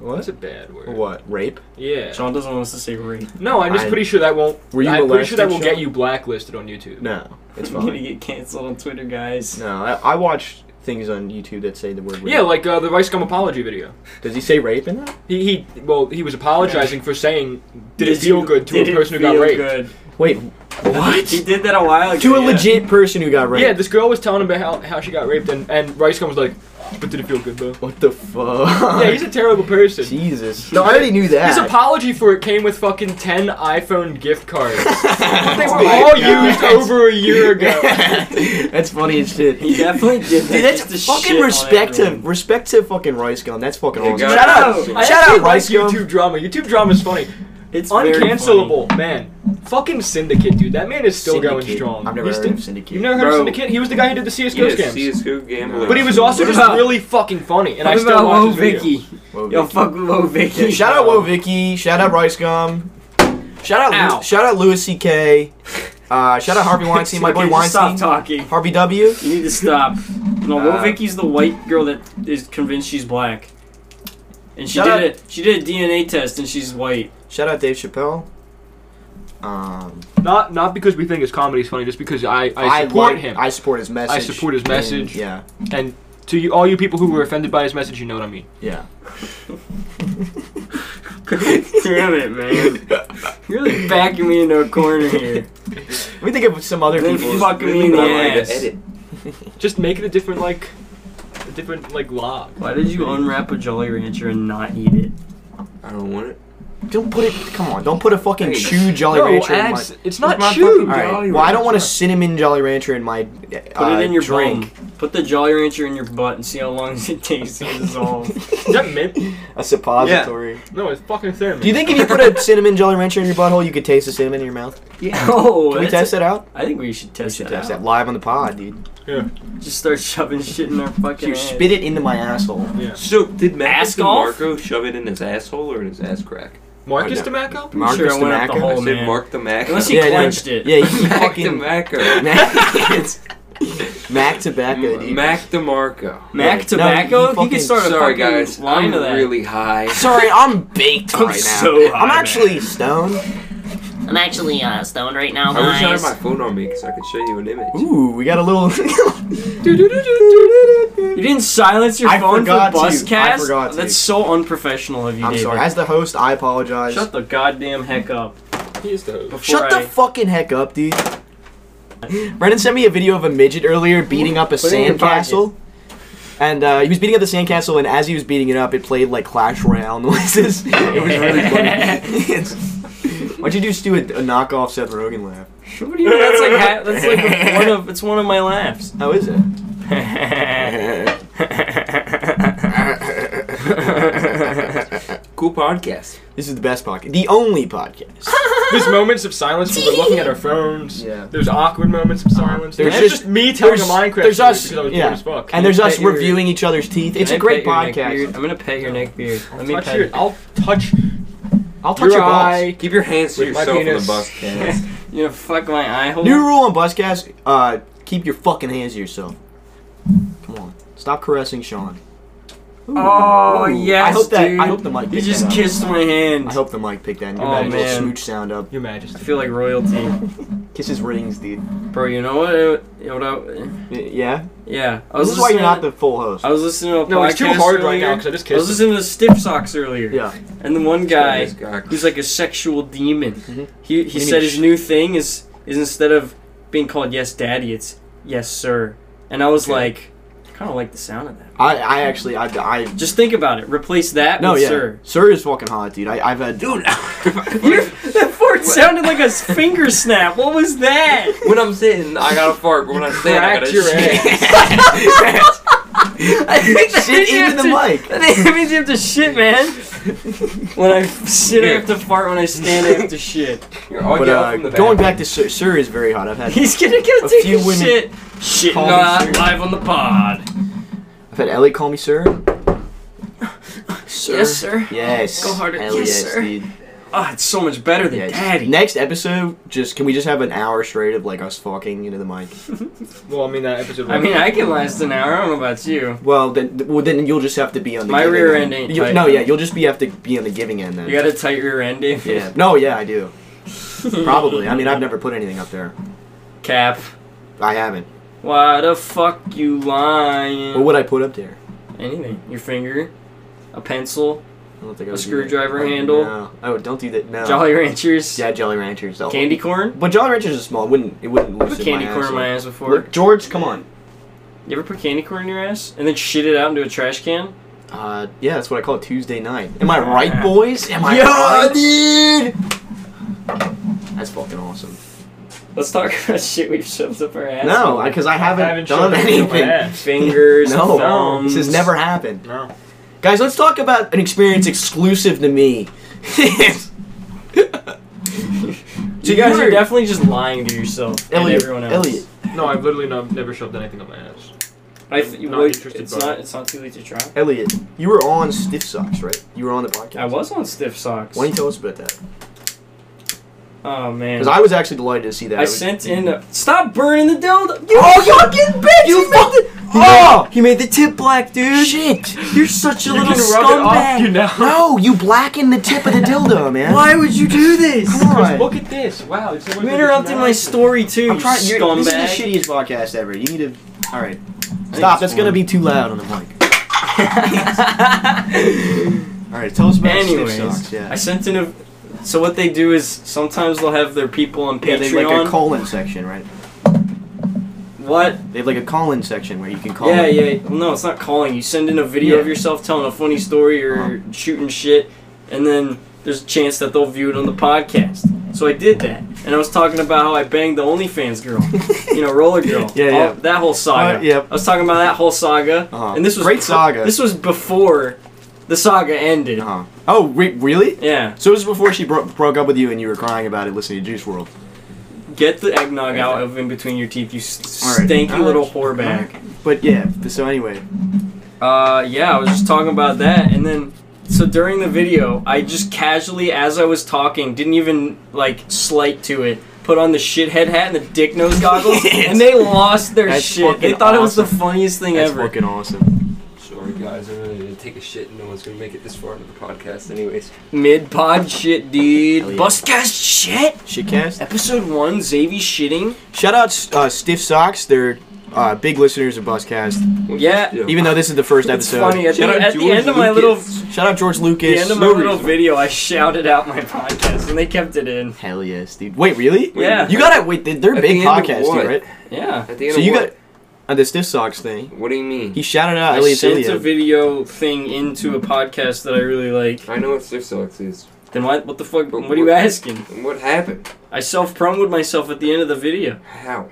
Speaker 3: That's
Speaker 2: what?
Speaker 3: a bad word.
Speaker 2: What rape?
Speaker 3: Yeah.
Speaker 1: Sean doesn't want us to say rape.
Speaker 3: No, I'm just
Speaker 2: I-
Speaker 3: pretty sure that won't.
Speaker 2: Were you
Speaker 3: I'm pretty sure that
Speaker 2: molested,
Speaker 3: will get
Speaker 2: Sean?
Speaker 3: you blacklisted on YouTube.
Speaker 2: No, it's
Speaker 1: I'm gonna
Speaker 2: fine.
Speaker 1: get canceled on Twitter, guys.
Speaker 2: no, I, I watch things on YouTube that say the word rape.
Speaker 3: Yeah, like uh, the Rice Gum apology video.
Speaker 2: Does he say rape in that?
Speaker 3: He, he well, he was apologizing for saying, "Did, it
Speaker 1: Did
Speaker 3: feel
Speaker 1: you-
Speaker 3: good to
Speaker 1: did
Speaker 3: a
Speaker 1: it
Speaker 3: person who got
Speaker 1: feel
Speaker 3: raped?"
Speaker 1: good?
Speaker 2: Wait,
Speaker 1: He
Speaker 2: what?
Speaker 1: did that a while ago.
Speaker 2: to a
Speaker 1: yeah.
Speaker 2: legit person who got raped.
Speaker 3: Yeah, this girl was telling him about how, how she got raped, and, and Rice Gum was like, "But did it feel good though?"
Speaker 2: What the fuck?
Speaker 3: Yeah, he's a terrible person.
Speaker 2: Jesus. No, I already knew that.
Speaker 3: His apology for it came with fucking 10 iPhone gift cards. they were
Speaker 2: Oh my
Speaker 3: all
Speaker 2: God.
Speaker 3: used over a year ago.
Speaker 2: that's funny as shit.
Speaker 1: He definitely did that.
Speaker 2: Dude, that's
Speaker 1: just to shit
Speaker 2: fucking
Speaker 1: on
Speaker 2: respect to
Speaker 1: everyone.
Speaker 2: respect to fucking Rice Gum. That's fucking
Speaker 6: Yeah,
Speaker 2: awesome.
Speaker 6: guys.
Speaker 2: Shout out,
Speaker 1: No, I
Speaker 2: shout
Speaker 3: actually
Speaker 2: out
Speaker 3: like
Speaker 2: Rice Gum.
Speaker 3: YouTube drama. YouTube drama's funny.
Speaker 1: It's very funny.
Speaker 3: Uncancelable, man. Fucking Syndicate, dude. That man is still going
Speaker 2: Syndicate.
Speaker 3: strong.
Speaker 2: I've never
Speaker 3: He's
Speaker 2: heard
Speaker 3: still-
Speaker 2: of Syndicate.
Speaker 3: You've never heard
Speaker 6: Bro.
Speaker 3: of Syndicate? He was the guy who did the CSGO
Speaker 6: yes,
Speaker 3: scams.
Speaker 6: CSGO gambling.
Speaker 3: but he was also
Speaker 1: What
Speaker 3: just
Speaker 1: about-
Speaker 3: really fucking funny, and I
Speaker 1: What
Speaker 3: still
Speaker 1: about
Speaker 3: watch
Speaker 1: Wo
Speaker 3: his videos.
Speaker 1: Vicky?
Speaker 2: Whoa,
Speaker 1: Yo,
Speaker 2: Vicky.
Speaker 1: fuck Wo Vicky.
Speaker 2: Yeah, shout out Wo Vicky. Shout out Rice Gum. Shout out
Speaker 1: Ow.
Speaker 2: Lu- shout out Louis C.K. Uh, shout out Harvey Weinstein. My
Speaker 1: Okay,
Speaker 2: boy
Speaker 1: just
Speaker 2: Weinstein.
Speaker 1: Stop talking.
Speaker 2: Harvey W.
Speaker 1: You need to stop. No, Lil
Speaker 2: Uh,
Speaker 1: Vicky's the white girl that is convinced she's black. And she
Speaker 2: Shut
Speaker 1: did it. She did a DNA test and she's white.
Speaker 2: Shout out Dave Chappelle. Um,
Speaker 3: Not not because we think his comedy's funny, just because I, I
Speaker 2: I
Speaker 3: support
Speaker 2: like-
Speaker 3: him.
Speaker 2: I support his message.
Speaker 3: support his
Speaker 2: and-
Speaker 3: message.
Speaker 2: yeah,
Speaker 3: and to you, all you people who were offended by his message, you know what I mean.
Speaker 2: yeah.
Speaker 1: Damn it, man. You're really backing me into a corner here.
Speaker 2: Let me think of some other
Speaker 1: Then
Speaker 2: people.
Speaker 1: fucking me in the ass.
Speaker 6: edit.
Speaker 3: Just make it a different like, a different like log.
Speaker 1: Why did you unwrap a Jolly Rancher and not eat it?
Speaker 6: I don't want it.
Speaker 2: Don't put it. Come on, don't put a fucking
Speaker 6: Hey.
Speaker 2: chew Jolly
Speaker 3: No,
Speaker 2: Rancher in my.
Speaker 3: ads- it's not
Speaker 6: my
Speaker 3: chew.
Speaker 6: fucking-
Speaker 2: All right.
Speaker 6: Jolly
Speaker 2: well, I don't want a
Speaker 6: Rancher.
Speaker 2: cinnamon Jolly Rancher in my.
Speaker 1: Put
Speaker 2: uh,
Speaker 1: it in your
Speaker 2: drink.
Speaker 1: bum. Put the Jolly Rancher in your butt and see how long it takes to dissolve.
Speaker 3: Is that mint?
Speaker 2: A suppository.
Speaker 3: No, it's fucking cinnamon.
Speaker 2: Do you think if you put a cinnamon Jolly Rancher in your butthole, you could taste the cinnamon in your mouth?
Speaker 1: Oh,
Speaker 2: Can we
Speaker 1: that's-
Speaker 2: test that out?
Speaker 1: I think we should
Speaker 2: We
Speaker 1: test
Speaker 2: should
Speaker 1: that.
Speaker 2: test
Speaker 1: out.
Speaker 2: that live on the pod, dude.
Speaker 1: Just start shoving shit in our fucking.
Speaker 2: You
Speaker 1: ass.
Speaker 2: spit it into my asshole.
Speaker 3: Yeah.
Speaker 6: So did Max
Speaker 1: Ask
Speaker 6: and
Speaker 1: off?
Speaker 6: Marco shove it in his asshole or in his ass crack?
Speaker 2: I
Speaker 3: Marcus
Speaker 2: know.
Speaker 3: Tobacco?
Speaker 1: I'm sure I went up the
Speaker 2: Damaco?
Speaker 6: I
Speaker 1: hole,
Speaker 6: said
Speaker 1: Oh, man.
Speaker 6: Mark the Mac.
Speaker 1: Unless he
Speaker 2: Yeah, yeah.
Speaker 1: clenched it.
Speaker 2: Yeah, he
Speaker 6: Mac
Speaker 2: fucking.
Speaker 6: DeMarco.
Speaker 2: Mac, it's Mac tobacco, dude.
Speaker 6: Mac DeMarco.
Speaker 1: Mac
Speaker 2: No,
Speaker 1: Tobacco?
Speaker 2: you
Speaker 1: you
Speaker 2: fucking-
Speaker 1: could start a
Speaker 6: Sorry
Speaker 1: fucking
Speaker 6: guys,
Speaker 1: line
Speaker 6: I'm
Speaker 1: of that.
Speaker 6: really high.
Speaker 2: Sorry, I'm baked
Speaker 1: I'm
Speaker 2: right now.
Speaker 1: so high,
Speaker 2: I'm
Speaker 1: man.
Speaker 2: actually stoned.
Speaker 7: I'm actually uh, stoned right now,
Speaker 6: I wish I had
Speaker 7: guys.
Speaker 6: my phone on me because I could show you an image.
Speaker 2: Ooh, we got a little.
Speaker 1: You didn't silence your
Speaker 2: I
Speaker 1: phone for
Speaker 2: forgot to.
Speaker 1: bus
Speaker 2: I
Speaker 1: cast?
Speaker 2: forgot to.
Speaker 1: That's so unprofessional of you,
Speaker 2: I'm
Speaker 1: David.
Speaker 2: sorry. As the host, I apologize.
Speaker 1: Shut the goddamn heck up.
Speaker 3: He is the
Speaker 1: Before
Speaker 2: Shut
Speaker 1: I-
Speaker 2: the fucking heck up, dude. Brendan sent me a video of a midget earlier beating up a
Speaker 1: Put it in your
Speaker 2: sandcastle. And uh, he was beating up the sandcastle, and as he was beating it up, it played like Clash Royale noises. it was really funny. Why'd you just do a, a knockoff Seth Rogen laugh?
Speaker 1: What do you mean? That's like ha- that's like one of it's one of my laughs.
Speaker 2: How is it?
Speaker 6: Cool podcast.
Speaker 2: This is the best podcast. The only podcast.
Speaker 3: There's moments of silence where we're looking at our phones.
Speaker 2: Yeah.
Speaker 3: There's awkward moments of silence.
Speaker 2: There's
Speaker 3: and it's
Speaker 2: just-
Speaker 3: just me telling a
Speaker 2: there's-
Speaker 3: Minecraft
Speaker 2: there's
Speaker 3: story
Speaker 2: us-
Speaker 3: because I was
Speaker 2: yeah.
Speaker 3: bored as fuck.
Speaker 2: And there's
Speaker 1: Can I
Speaker 2: us
Speaker 1: pet your-
Speaker 2: reviewing each other's teeth. It's
Speaker 1: Can
Speaker 2: a
Speaker 1: I pet
Speaker 2: great
Speaker 1: your neck beard?
Speaker 2: podcast.
Speaker 1: I'm gonna pet your neck beard. Let me
Speaker 3: Touch
Speaker 1: pet
Speaker 3: your-
Speaker 1: it.
Speaker 3: I'll touch
Speaker 2: I'll touch
Speaker 3: your,
Speaker 2: your, balls.
Speaker 3: eye.
Speaker 6: Keep your hands to
Speaker 3: With my
Speaker 6: yourself on the
Speaker 3: penis.
Speaker 6: bus, cast.
Speaker 1: You know, fuck my eye hole.
Speaker 2: New rule on Buzzcast: uh, keep your fucking hands to yourself. Come on, stop caressing Sean. Ooh.
Speaker 1: Oh
Speaker 2: Ooh.
Speaker 1: yes,
Speaker 2: I hope that.
Speaker 1: dude.
Speaker 2: I hope the mic.
Speaker 1: You
Speaker 2: picked
Speaker 1: just
Speaker 2: that up.
Speaker 1: kissed my hand.
Speaker 2: I hope the mic picked that. And you
Speaker 1: Oh,
Speaker 2: might as well
Speaker 1: man.
Speaker 2: smooch sound up.
Speaker 3: Your
Speaker 1: I
Speaker 3: Majesty.
Speaker 1: feel like royalty,
Speaker 2: Kiss his rings, dude.
Speaker 1: bro. You know what? You know what I-
Speaker 2: Y- Yeah.
Speaker 1: yeah, I was
Speaker 2: This is why you're
Speaker 1: listening
Speaker 2: not
Speaker 1: to-
Speaker 2: the full host.
Speaker 1: I was listening to a
Speaker 3: No,
Speaker 1: podcast
Speaker 3: it's too hard right
Speaker 1: earlier.
Speaker 3: now because I just
Speaker 1: I was
Speaker 3: kissed. him.
Speaker 1: listening to Stiff Socks earlier,
Speaker 2: Yeah.
Speaker 1: and then one guy who's
Speaker 6: Who's
Speaker 1: like a sexual demon,
Speaker 2: Mhm.
Speaker 1: he he
Speaker 2: You
Speaker 1: said
Speaker 2: need
Speaker 1: his
Speaker 2: sh-
Speaker 1: new thing is is instead of being called Yes Daddy, it's Yes Sir, and I was
Speaker 6: Okay.
Speaker 1: like, I kind of like the sound of that.
Speaker 2: I, I actually, I, I.
Speaker 1: Just think about it. Replace that
Speaker 2: No,
Speaker 1: with
Speaker 2: yeah. Sir.
Speaker 1: Sir.
Speaker 2: is fucking hot, dude. I, I've had. Dude.
Speaker 1: Your- that fart sounded like a s- finger snap. What was that?
Speaker 6: when I'm sitting, I gotta fart. But when I stand, I
Speaker 3: Cracked
Speaker 6: gotta
Speaker 3: your
Speaker 6: shit.
Speaker 3: ass.
Speaker 2: Shit into the mic.
Speaker 1: That means you have to shit, man. When I sit, I have to fart. When I stand, I have to shit.
Speaker 6: You're all
Speaker 2: But
Speaker 6: yelling
Speaker 2: uh,
Speaker 6: from the
Speaker 2: going
Speaker 6: bathroom.
Speaker 2: back to Sir, Sir is very hot. I've had
Speaker 1: He's gonna go
Speaker 2: A
Speaker 1: take
Speaker 2: few
Speaker 1: a
Speaker 2: women
Speaker 1: shit. Shitting
Speaker 2: call me
Speaker 1: on
Speaker 2: sir.
Speaker 1: live on the pod.
Speaker 2: I've had Elliot call me Sir.
Speaker 1: Sir. Yes, sir.
Speaker 2: Yes.
Speaker 1: Go harder.
Speaker 2: Hell
Speaker 1: Yes, sir.
Speaker 2: dude.
Speaker 1: Ah, it's so much better than
Speaker 2: Yes.
Speaker 1: daddy.
Speaker 2: Next episode, just can we just have an hour straight of like us fucking into the mic?
Speaker 3: Well, I mean that episode.
Speaker 1: I mean, I can last an hour. I don't know about you.
Speaker 2: Well, then, th- well, then you'll just have to be on the
Speaker 1: My
Speaker 2: giving
Speaker 1: rear
Speaker 2: end.
Speaker 1: end ain't
Speaker 2: You-
Speaker 1: tight.
Speaker 2: no, yeah, you'll just be have to be on the giving end then.
Speaker 1: You got a tight rear end, Dave.
Speaker 2: yeah. No, yeah, I do. Probably. I mean, I've never put anything up there.
Speaker 1: Cap.
Speaker 2: I haven't.
Speaker 1: Why the fuck you lying?
Speaker 2: What would I put up there?
Speaker 1: Anything. Your finger. A pencil.
Speaker 2: I don't think I
Speaker 1: A
Speaker 2: would do that.
Speaker 1: screwdriver handle?
Speaker 2: No. Oh, don't do that. No.
Speaker 1: Jolly Ranchers.
Speaker 2: Yeah, Jolly Ranchers. though.
Speaker 1: Candy corn.
Speaker 2: But Jolly Ranchers is small. It wouldn't. It wouldn't
Speaker 1: I put
Speaker 2: loosen
Speaker 1: candy
Speaker 2: my
Speaker 1: corn
Speaker 2: ass
Speaker 1: in my
Speaker 2: up.
Speaker 1: ass before.
Speaker 2: Look, George, come on.
Speaker 1: You ever put candy corn in your ass and then shit it out into a trash can?
Speaker 2: Uh, yeah, that's what I call it, Tuesday night. Am I right, boys? Am I
Speaker 1: Yeah,
Speaker 2: right? dude. That's fucking awesome.
Speaker 1: Let's talk about shit we've shoved up our ass.
Speaker 2: No, because I, haven't, done anything.
Speaker 1: Fingers,
Speaker 2: No,
Speaker 1: thumbs.
Speaker 2: this has never happened.
Speaker 3: No.
Speaker 2: Guys, let's talk about an experience exclusive to me.
Speaker 1: So you guys
Speaker 2: You
Speaker 1: are
Speaker 2: were-
Speaker 1: definitely just lying to yourself and
Speaker 2: Elliot,
Speaker 1: everyone else.
Speaker 2: Elliot.
Speaker 3: No, I've literally not, never shoved anything up my ass.
Speaker 1: I th-
Speaker 3: Not
Speaker 1: well,
Speaker 3: interested,
Speaker 1: it's
Speaker 3: bud.
Speaker 1: not. It's not too late to try.
Speaker 2: Elliot, you were on Stiff Socks, right? You were on the podcast.
Speaker 1: I was on stiff socks.
Speaker 2: Why don't you tell us about that?
Speaker 1: Oh man.
Speaker 2: Because I was actually delighted to see that.
Speaker 1: I sent in. A- Stop burning the dildo. You-
Speaker 2: Oh, you fucking bitch! You fucking. Oh!
Speaker 5: He made the tip black, dude.
Speaker 2: Shit!
Speaker 5: You're such
Speaker 3: You
Speaker 5: a little
Speaker 3: can rub it off, you
Speaker 5: scumbag.
Speaker 3: know.
Speaker 2: No, you blacken the tip of the dildo, man.
Speaker 5: Why would you do this?
Speaker 2: Come on.
Speaker 3: Look at this. Wow. It's
Speaker 1: You interrupted my story too.
Speaker 2: I'm trying.
Speaker 1: you
Speaker 2: You're,
Speaker 1: scumbag.
Speaker 2: this is the shittiest podcast ever. You need to. All right, stop. That's gonna be too loud on the mic. All right, tell us about
Speaker 1: Anyways,
Speaker 2: Stiff Socks. Yeah,
Speaker 1: I sent in a. So what they do is sometimes they'll have their people on
Speaker 2: yeah, they
Speaker 1: Patreon.
Speaker 2: have like a call-in section, right?
Speaker 1: what?
Speaker 2: They have like a call-in section where you can call.
Speaker 1: yeah,
Speaker 2: in.
Speaker 1: yeah. Well, no, it's not calling. You send in a video
Speaker 2: Yeah.
Speaker 1: of yourself telling a funny story or shooting shit, and then there's a chance that they'll view it on the podcast. So I did that, and I was talking about how I banged the OnlyFans girl, you know, roller girl.
Speaker 2: Yeah,
Speaker 1: All-
Speaker 2: yeah.
Speaker 1: That whole saga.
Speaker 2: Uh, yep.
Speaker 1: I was talking about that whole saga,
Speaker 2: Uh-huh.
Speaker 1: and this was
Speaker 2: Great saga.
Speaker 1: This was before the saga ended.
Speaker 2: Uh-huh. Oh, re- really?
Speaker 1: Yeah.
Speaker 2: So this is before she bro- broke up with you and you were crying about it listening to Juice World.
Speaker 1: Get the eggnog out of in between your teeth, you s-
Speaker 2: All right.
Speaker 1: stanky little whore bag.
Speaker 2: But yeah. So anyway,
Speaker 1: Uh, yeah, I was just talking about that, and then so during the video, I just casually, as I was talking, didn't even like slight to it. Put on the shithead hat and the dick nose goggles, and they lost their
Speaker 2: That's
Speaker 1: shit. They
Speaker 2: fucking
Speaker 1: thought it was the
Speaker 2: awesome.
Speaker 1: funniest thing
Speaker 2: that's
Speaker 1: ever.
Speaker 2: fucking awesome.
Speaker 6: Sorry, guys. I'm going to take a shit and no one's going to make it this far into the podcast, anyways.
Speaker 1: Mid pod shit, dude.
Speaker 2: Hell yeah.
Speaker 1: Buscast shit.
Speaker 2: Shitcast.
Speaker 1: Episode one, Xavi shitting.
Speaker 2: Shout out uh, Stiff Socks. They're uh, big listeners of Buzzcast.
Speaker 6: We'll
Speaker 1: Yeah.
Speaker 6: just do-
Speaker 2: Even though this is the first
Speaker 1: It's
Speaker 2: episode.
Speaker 1: funny. At the,
Speaker 6: Shout out
Speaker 1: at the
Speaker 6: George
Speaker 1: end of my little,
Speaker 6: Lucas.
Speaker 1: the
Speaker 2: Shout out George Lucas.
Speaker 1: end of my
Speaker 2: No
Speaker 1: little
Speaker 2: reason.
Speaker 1: video, I shouted out my podcast, and they kept it in.
Speaker 2: Hell yes, dude. Wait, really?
Speaker 1: Yeah.
Speaker 2: You gotta wait. they- They're
Speaker 6: At
Speaker 2: big
Speaker 6: the end of
Speaker 2: podcasts, dude,
Speaker 6: what?
Speaker 2: right?
Speaker 1: Yeah.
Speaker 6: At the end
Speaker 2: So
Speaker 6: of
Speaker 2: you
Speaker 6: what?
Speaker 2: got on the stiff socks thing.
Speaker 6: What do you mean?
Speaker 2: He shouted out
Speaker 1: I
Speaker 2: Elliot
Speaker 1: sent a
Speaker 2: Ilya.
Speaker 1: video thing into a podcast that I really like.
Speaker 6: I know what Stiff Socks is.
Speaker 1: Then why, what the fuck?
Speaker 6: But
Speaker 1: What are you
Speaker 6: what-
Speaker 1: asking?
Speaker 6: What happened?
Speaker 1: I self promoted myself at the end of the video.
Speaker 6: How?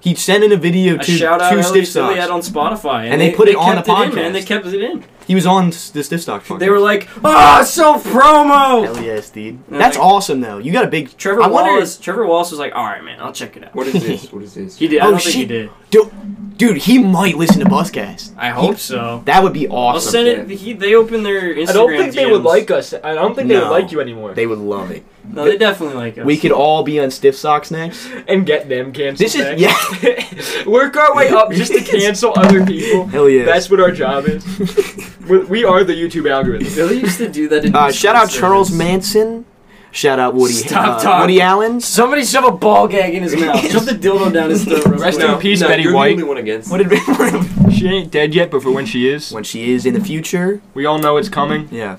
Speaker 2: He sent in a video
Speaker 1: I
Speaker 2: to
Speaker 1: shout out
Speaker 2: to
Speaker 1: Ellie
Speaker 2: stiff
Speaker 1: Silly
Speaker 2: socks.
Speaker 1: on Spotify,
Speaker 2: And they put it on
Speaker 1: kept
Speaker 2: the
Speaker 1: in, man.
Speaker 2: podcast.
Speaker 1: They kept it in.
Speaker 2: He was on s- the stiff socks. Podcast.
Speaker 1: They were like, "Ah, self promo."
Speaker 2: Hell yes, dude.
Speaker 1: No,
Speaker 2: That's
Speaker 1: like-
Speaker 2: awesome though. You got a big
Speaker 1: Trevor
Speaker 2: I wonder-
Speaker 1: Wallace. Trevor Wallace was like, "All right, man, I'll check it out."
Speaker 6: What is this? What is this?
Speaker 1: He did. I
Speaker 2: Oh,
Speaker 1: don't think he
Speaker 2: shit.
Speaker 1: did.
Speaker 2: dude, dude, he might listen to Buzzcast.
Speaker 1: I hope so.
Speaker 2: That would be
Speaker 1: I'll
Speaker 2: awesome.
Speaker 1: send it. He, they opened their Instagram.
Speaker 3: I don't think they would
Speaker 1: DMs.
Speaker 3: like us. I don't think they
Speaker 2: No.
Speaker 3: would like you anymore.
Speaker 2: They would love it.
Speaker 1: No, they definitely like us.
Speaker 2: We could all be on stiff socks next.
Speaker 3: and get them canceled.
Speaker 2: This is
Speaker 3: back.
Speaker 2: yeah.
Speaker 3: Work our way up just to cancel other people.
Speaker 2: Hell yes.
Speaker 3: That's what our job is.
Speaker 2: Uh,
Speaker 3: We're, we are the YouTube algorithm.
Speaker 1: Billy used to do that. In
Speaker 2: Uh,
Speaker 1: his
Speaker 2: shout out
Speaker 1: service.
Speaker 2: Charles Manson. Shout out Woody.
Speaker 1: Stop
Speaker 2: uh,
Speaker 1: talking.
Speaker 2: Woody Allen.
Speaker 1: Somebody shove a ball gag in his mouth. Shove the dildo down his throat. real
Speaker 3: Rest
Speaker 1: quick.
Speaker 3: in peace,
Speaker 6: no,
Speaker 3: Betty
Speaker 6: you're
Speaker 3: White.
Speaker 6: The only one against.
Speaker 2: What did?
Speaker 3: She ain't dead yet, but for when she is,
Speaker 2: when she is in the future. Uh,
Speaker 3: we all know it's coming.
Speaker 2: Yeah.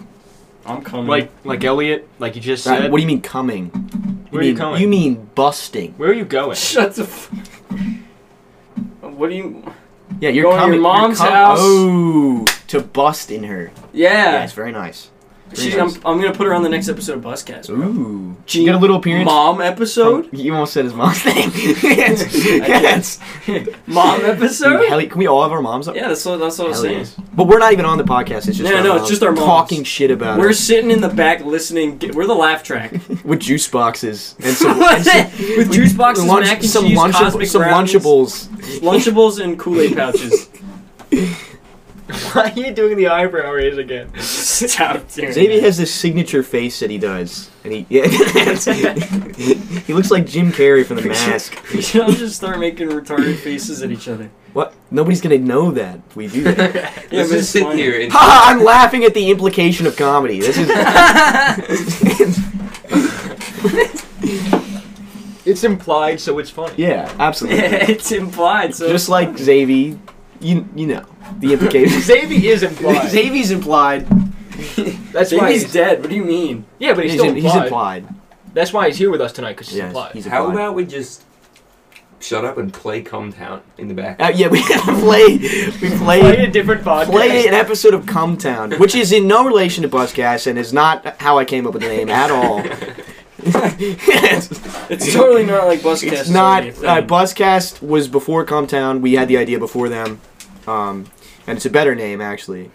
Speaker 1: I'm coming.
Speaker 3: Like like Elliot, like you just said.
Speaker 2: what do you mean coming?
Speaker 3: Where are
Speaker 2: mean,
Speaker 3: you coming?
Speaker 2: You mean busting?
Speaker 3: Where are you going?
Speaker 1: Shut the. F- what do you?
Speaker 2: Yeah, you're
Speaker 1: Going to your
Speaker 2: coming.
Speaker 1: mom's
Speaker 2: you're com-
Speaker 1: house.
Speaker 2: Oh, to bust in her.
Speaker 1: Yeah.
Speaker 2: Yes, very nice.
Speaker 1: She, I'm, I'm gonna put her on the next episode of Buzzcast.
Speaker 2: Ooh.
Speaker 1: She
Speaker 2: got a little appearance?
Speaker 1: Mom episode.
Speaker 2: You almost said his mom's name. yes. yes.
Speaker 1: Mom
Speaker 2: Dude,
Speaker 1: episode.
Speaker 2: hell, can we all have our moms up?
Speaker 1: Yeah, that's what that's what I was
Speaker 2: Hell
Speaker 1: saying.
Speaker 2: yes. But we're not even on the podcast. It's just
Speaker 1: No,
Speaker 2: our
Speaker 1: no, it's
Speaker 2: moms
Speaker 1: just our moms.
Speaker 2: talking shit about
Speaker 1: We're
Speaker 2: us
Speaker 1: sitting in the back listening. Get, we're the laugh track
Speaker 2: with juice boxes and some
Speaker 1: with juice boxes,
Speaker 2: lunch-
Speaker 1: mac and
Speaker 2: some
Speaker 1: cheese,
Speaker 2: lunchab-
Speaker 1: cosmic
Speaker 2: some
Speaker 1: brownies,
Speaker 2: lunchables.
Speaker 1: lunchables, and Kool Aid pouches.
Speaker 3: Why are you doing the eyebrow raise again?
Speaker 1: Stop doing
Speaker 2: Xavier
Speaker 1: that.
Speaker 2: has this signature face that he does, and he yeah, he looks like Jim Carrey from The Mask.
Speaker 1: We should all just start making retarded faces at each other.
Speaker 2: What? Nobody's gonna know that if we do that.
Speaker 1: Yeah,
Speaker 6: Let's
Speaker 1: but
Speaker 6: just
Speaker 1: it's
Speaker 6: sit
Speaker 1: funny.
Speaker 6: here and
Speaker 2: Ha ha, I'm laughing at the implication of comedy. This is
Speaker 3: It's implied, so it's funny.
Speaker 2: yeah, absolutely.
Speaker 1: it's implied. So
Speaker 2: Just like Xavi, you you know the implication.
Speaker 3: Xavier is implied.
Speaker 2: Xavi's implied.
Speaker 3: That's why
Speaker 1: Xavier's
Speaker 3: he's
Speaker 1: dead. What do you mean?
Speaker 3: Yeah, but he's,
Speaker 2: He's,
Speaker 3: still
Speaker 2: in-
Speaker 3: implied.
Speaker 2: he's implied.
Speaker 3: That's why he's here with us tonight, because he's
Speaker 2: Yes,
Speaker 3: implied.
Speaker 2: he's
Speaker 6: How
Speaker 2: implied.
Speaker 6: about we just shut up and play Come Town in the back?
Speaker 2: Uh, yeah, we play we
Speaker 3: play
Speaker 2: play
Speaker 3: a different podcast.
Speaker 2: play an episode of Come Town, which is in no relation to Buzzcast and is not how I came up with the name at all.
Speaker 1: It's totally not like Buzzcast.
Speaker 2: it's
Speaker 1: is
Speaker 2: not.
Speaker 1: already a
Speaker 2: Uh,
Speaker 1: thing.
Speaker 2: Buzzcast was before Comtown. We had the idea before them, um, and it's a better name actually.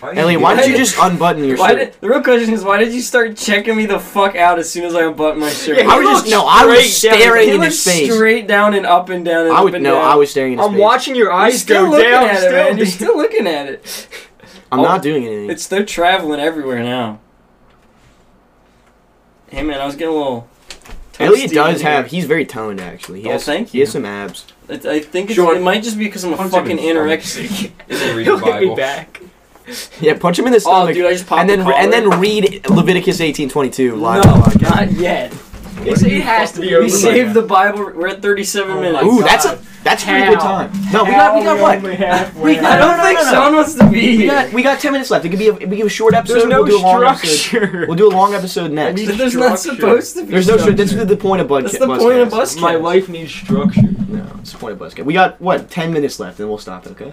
Speaker 6: Why
Speaker 2: Ellie, why don't you just unbutton your
Speaker 1: Why
Speaker 2: shirt?
Speaker 1: did, the real question is why did you start checking me the fuck out as soon as I unbuttoned my shirt?
Speaker 2: Yeah, I was just- no, I was
Speaker 1: straight down-
Speaker 2: staring
Speaker 1: he
Speaker 2: in
Speaker 1: looked
Speaker 2: his face.
Speaker 1: Straight down and up and down and
Speaker 2: I
Speaker 1: up
Speaker 2: would
Speaker 1: and
Speaker 2: no.
Speaker 1: down.
Speaker 2: I was staring in his
Speaker 3: I'm
Speaker 2: face.
Speaker 3: watching your
Speaker 1: You're
Speaker 3: eyes
Speaker 1: still
Speaker 3: go
Speaker 1: looking
Speaker 3: down.
Speaker 1: at it,
Speaker 3: still
Speaker 1: man. You're
Speaker 3: dude.
Speaker 1: still looking at it.
Speaker 2: I'm
Speaker 1: Oh.
Speaker 2: not doing anything.
Speaker 1: It's they're traveling everywhere now. Hey man, I was getting a little.
Speaker 2: Elliot
Speaker 1: toasty
Speaker 2: does
Speaker 1: in here.
Speaker 2: have. He's very toned actually. He
Speaker 1: Oh,
Speaker 2: has,
Speaker 1: thank
Speaker 2: He has some abs.
Speaker 1: It- I think it's,
Speaker 6: Sean,
Speaker 1: it might just be because I'm a
Speaker 6: punch
Speaker 1: fucking
Speaker 6: him in the
Speaker 1: anorexic.
Speaker 6: Isn't read the
Speaker 3: He'll hit me
Speaker 6: Bible?
Speaker 3: back.
Speaker 2: Yeah, punch him in the
Speaker 1: oh,
Speaker 2: stomach.
Speaker 1: dude, I just popped
Speaker 2: and
Speaker 1: the
Speaker 2: then and
Speaker 1: collar.
Speaker 2: then read Leviticus 18:22 live.
Speaker 1: no,
Speaker 2: on the podcast.
Speaker 1: not yet.
Speaker 3: It's- It has to be over.
Speaker 1: We saved the Bible. We're at 37
Speaker 3: Oh,
Speaker 1: minutes.
Speaker 3: my
Speaker 2: Ooh,
Speaker 3: God.
Speaker 2: that's a that's a pretty good
Speaker 3: How?
Speaker 2: time. No, we got we got what?
Speaker 3: We
Speaker 1: I
Speaker 2: No, no,
Speaker 1: don't
Speaker 2: no,
Speaker 1: think
Speaker 2: no, no.
Speaker 1: Sean wants to be
Speaker 2: We
Speaker 1: here.
Speaker 2: got we got ten minutes left. It could be a, it could be a short episode.
Speaker 3: There's no
Speaker 2: we'll do a long episode.
Speaker 3: structure.
Speaker 2: We'll do a long episode next.
Speaker 1: But there's not
Speaker 3: Structure.
Speaker 1: supposed to be.
Speaker 2: There's no structure. That's
Speaker 1: structure.
Speaker 2: the point of Budcast.
Speaker 1: That's the point of Buzzcast.
Speaker 3: My life needs structure.
Speaker 2: No, it's the point of Buzzcast. We got what ten minutes left, and we'll stop. Okay.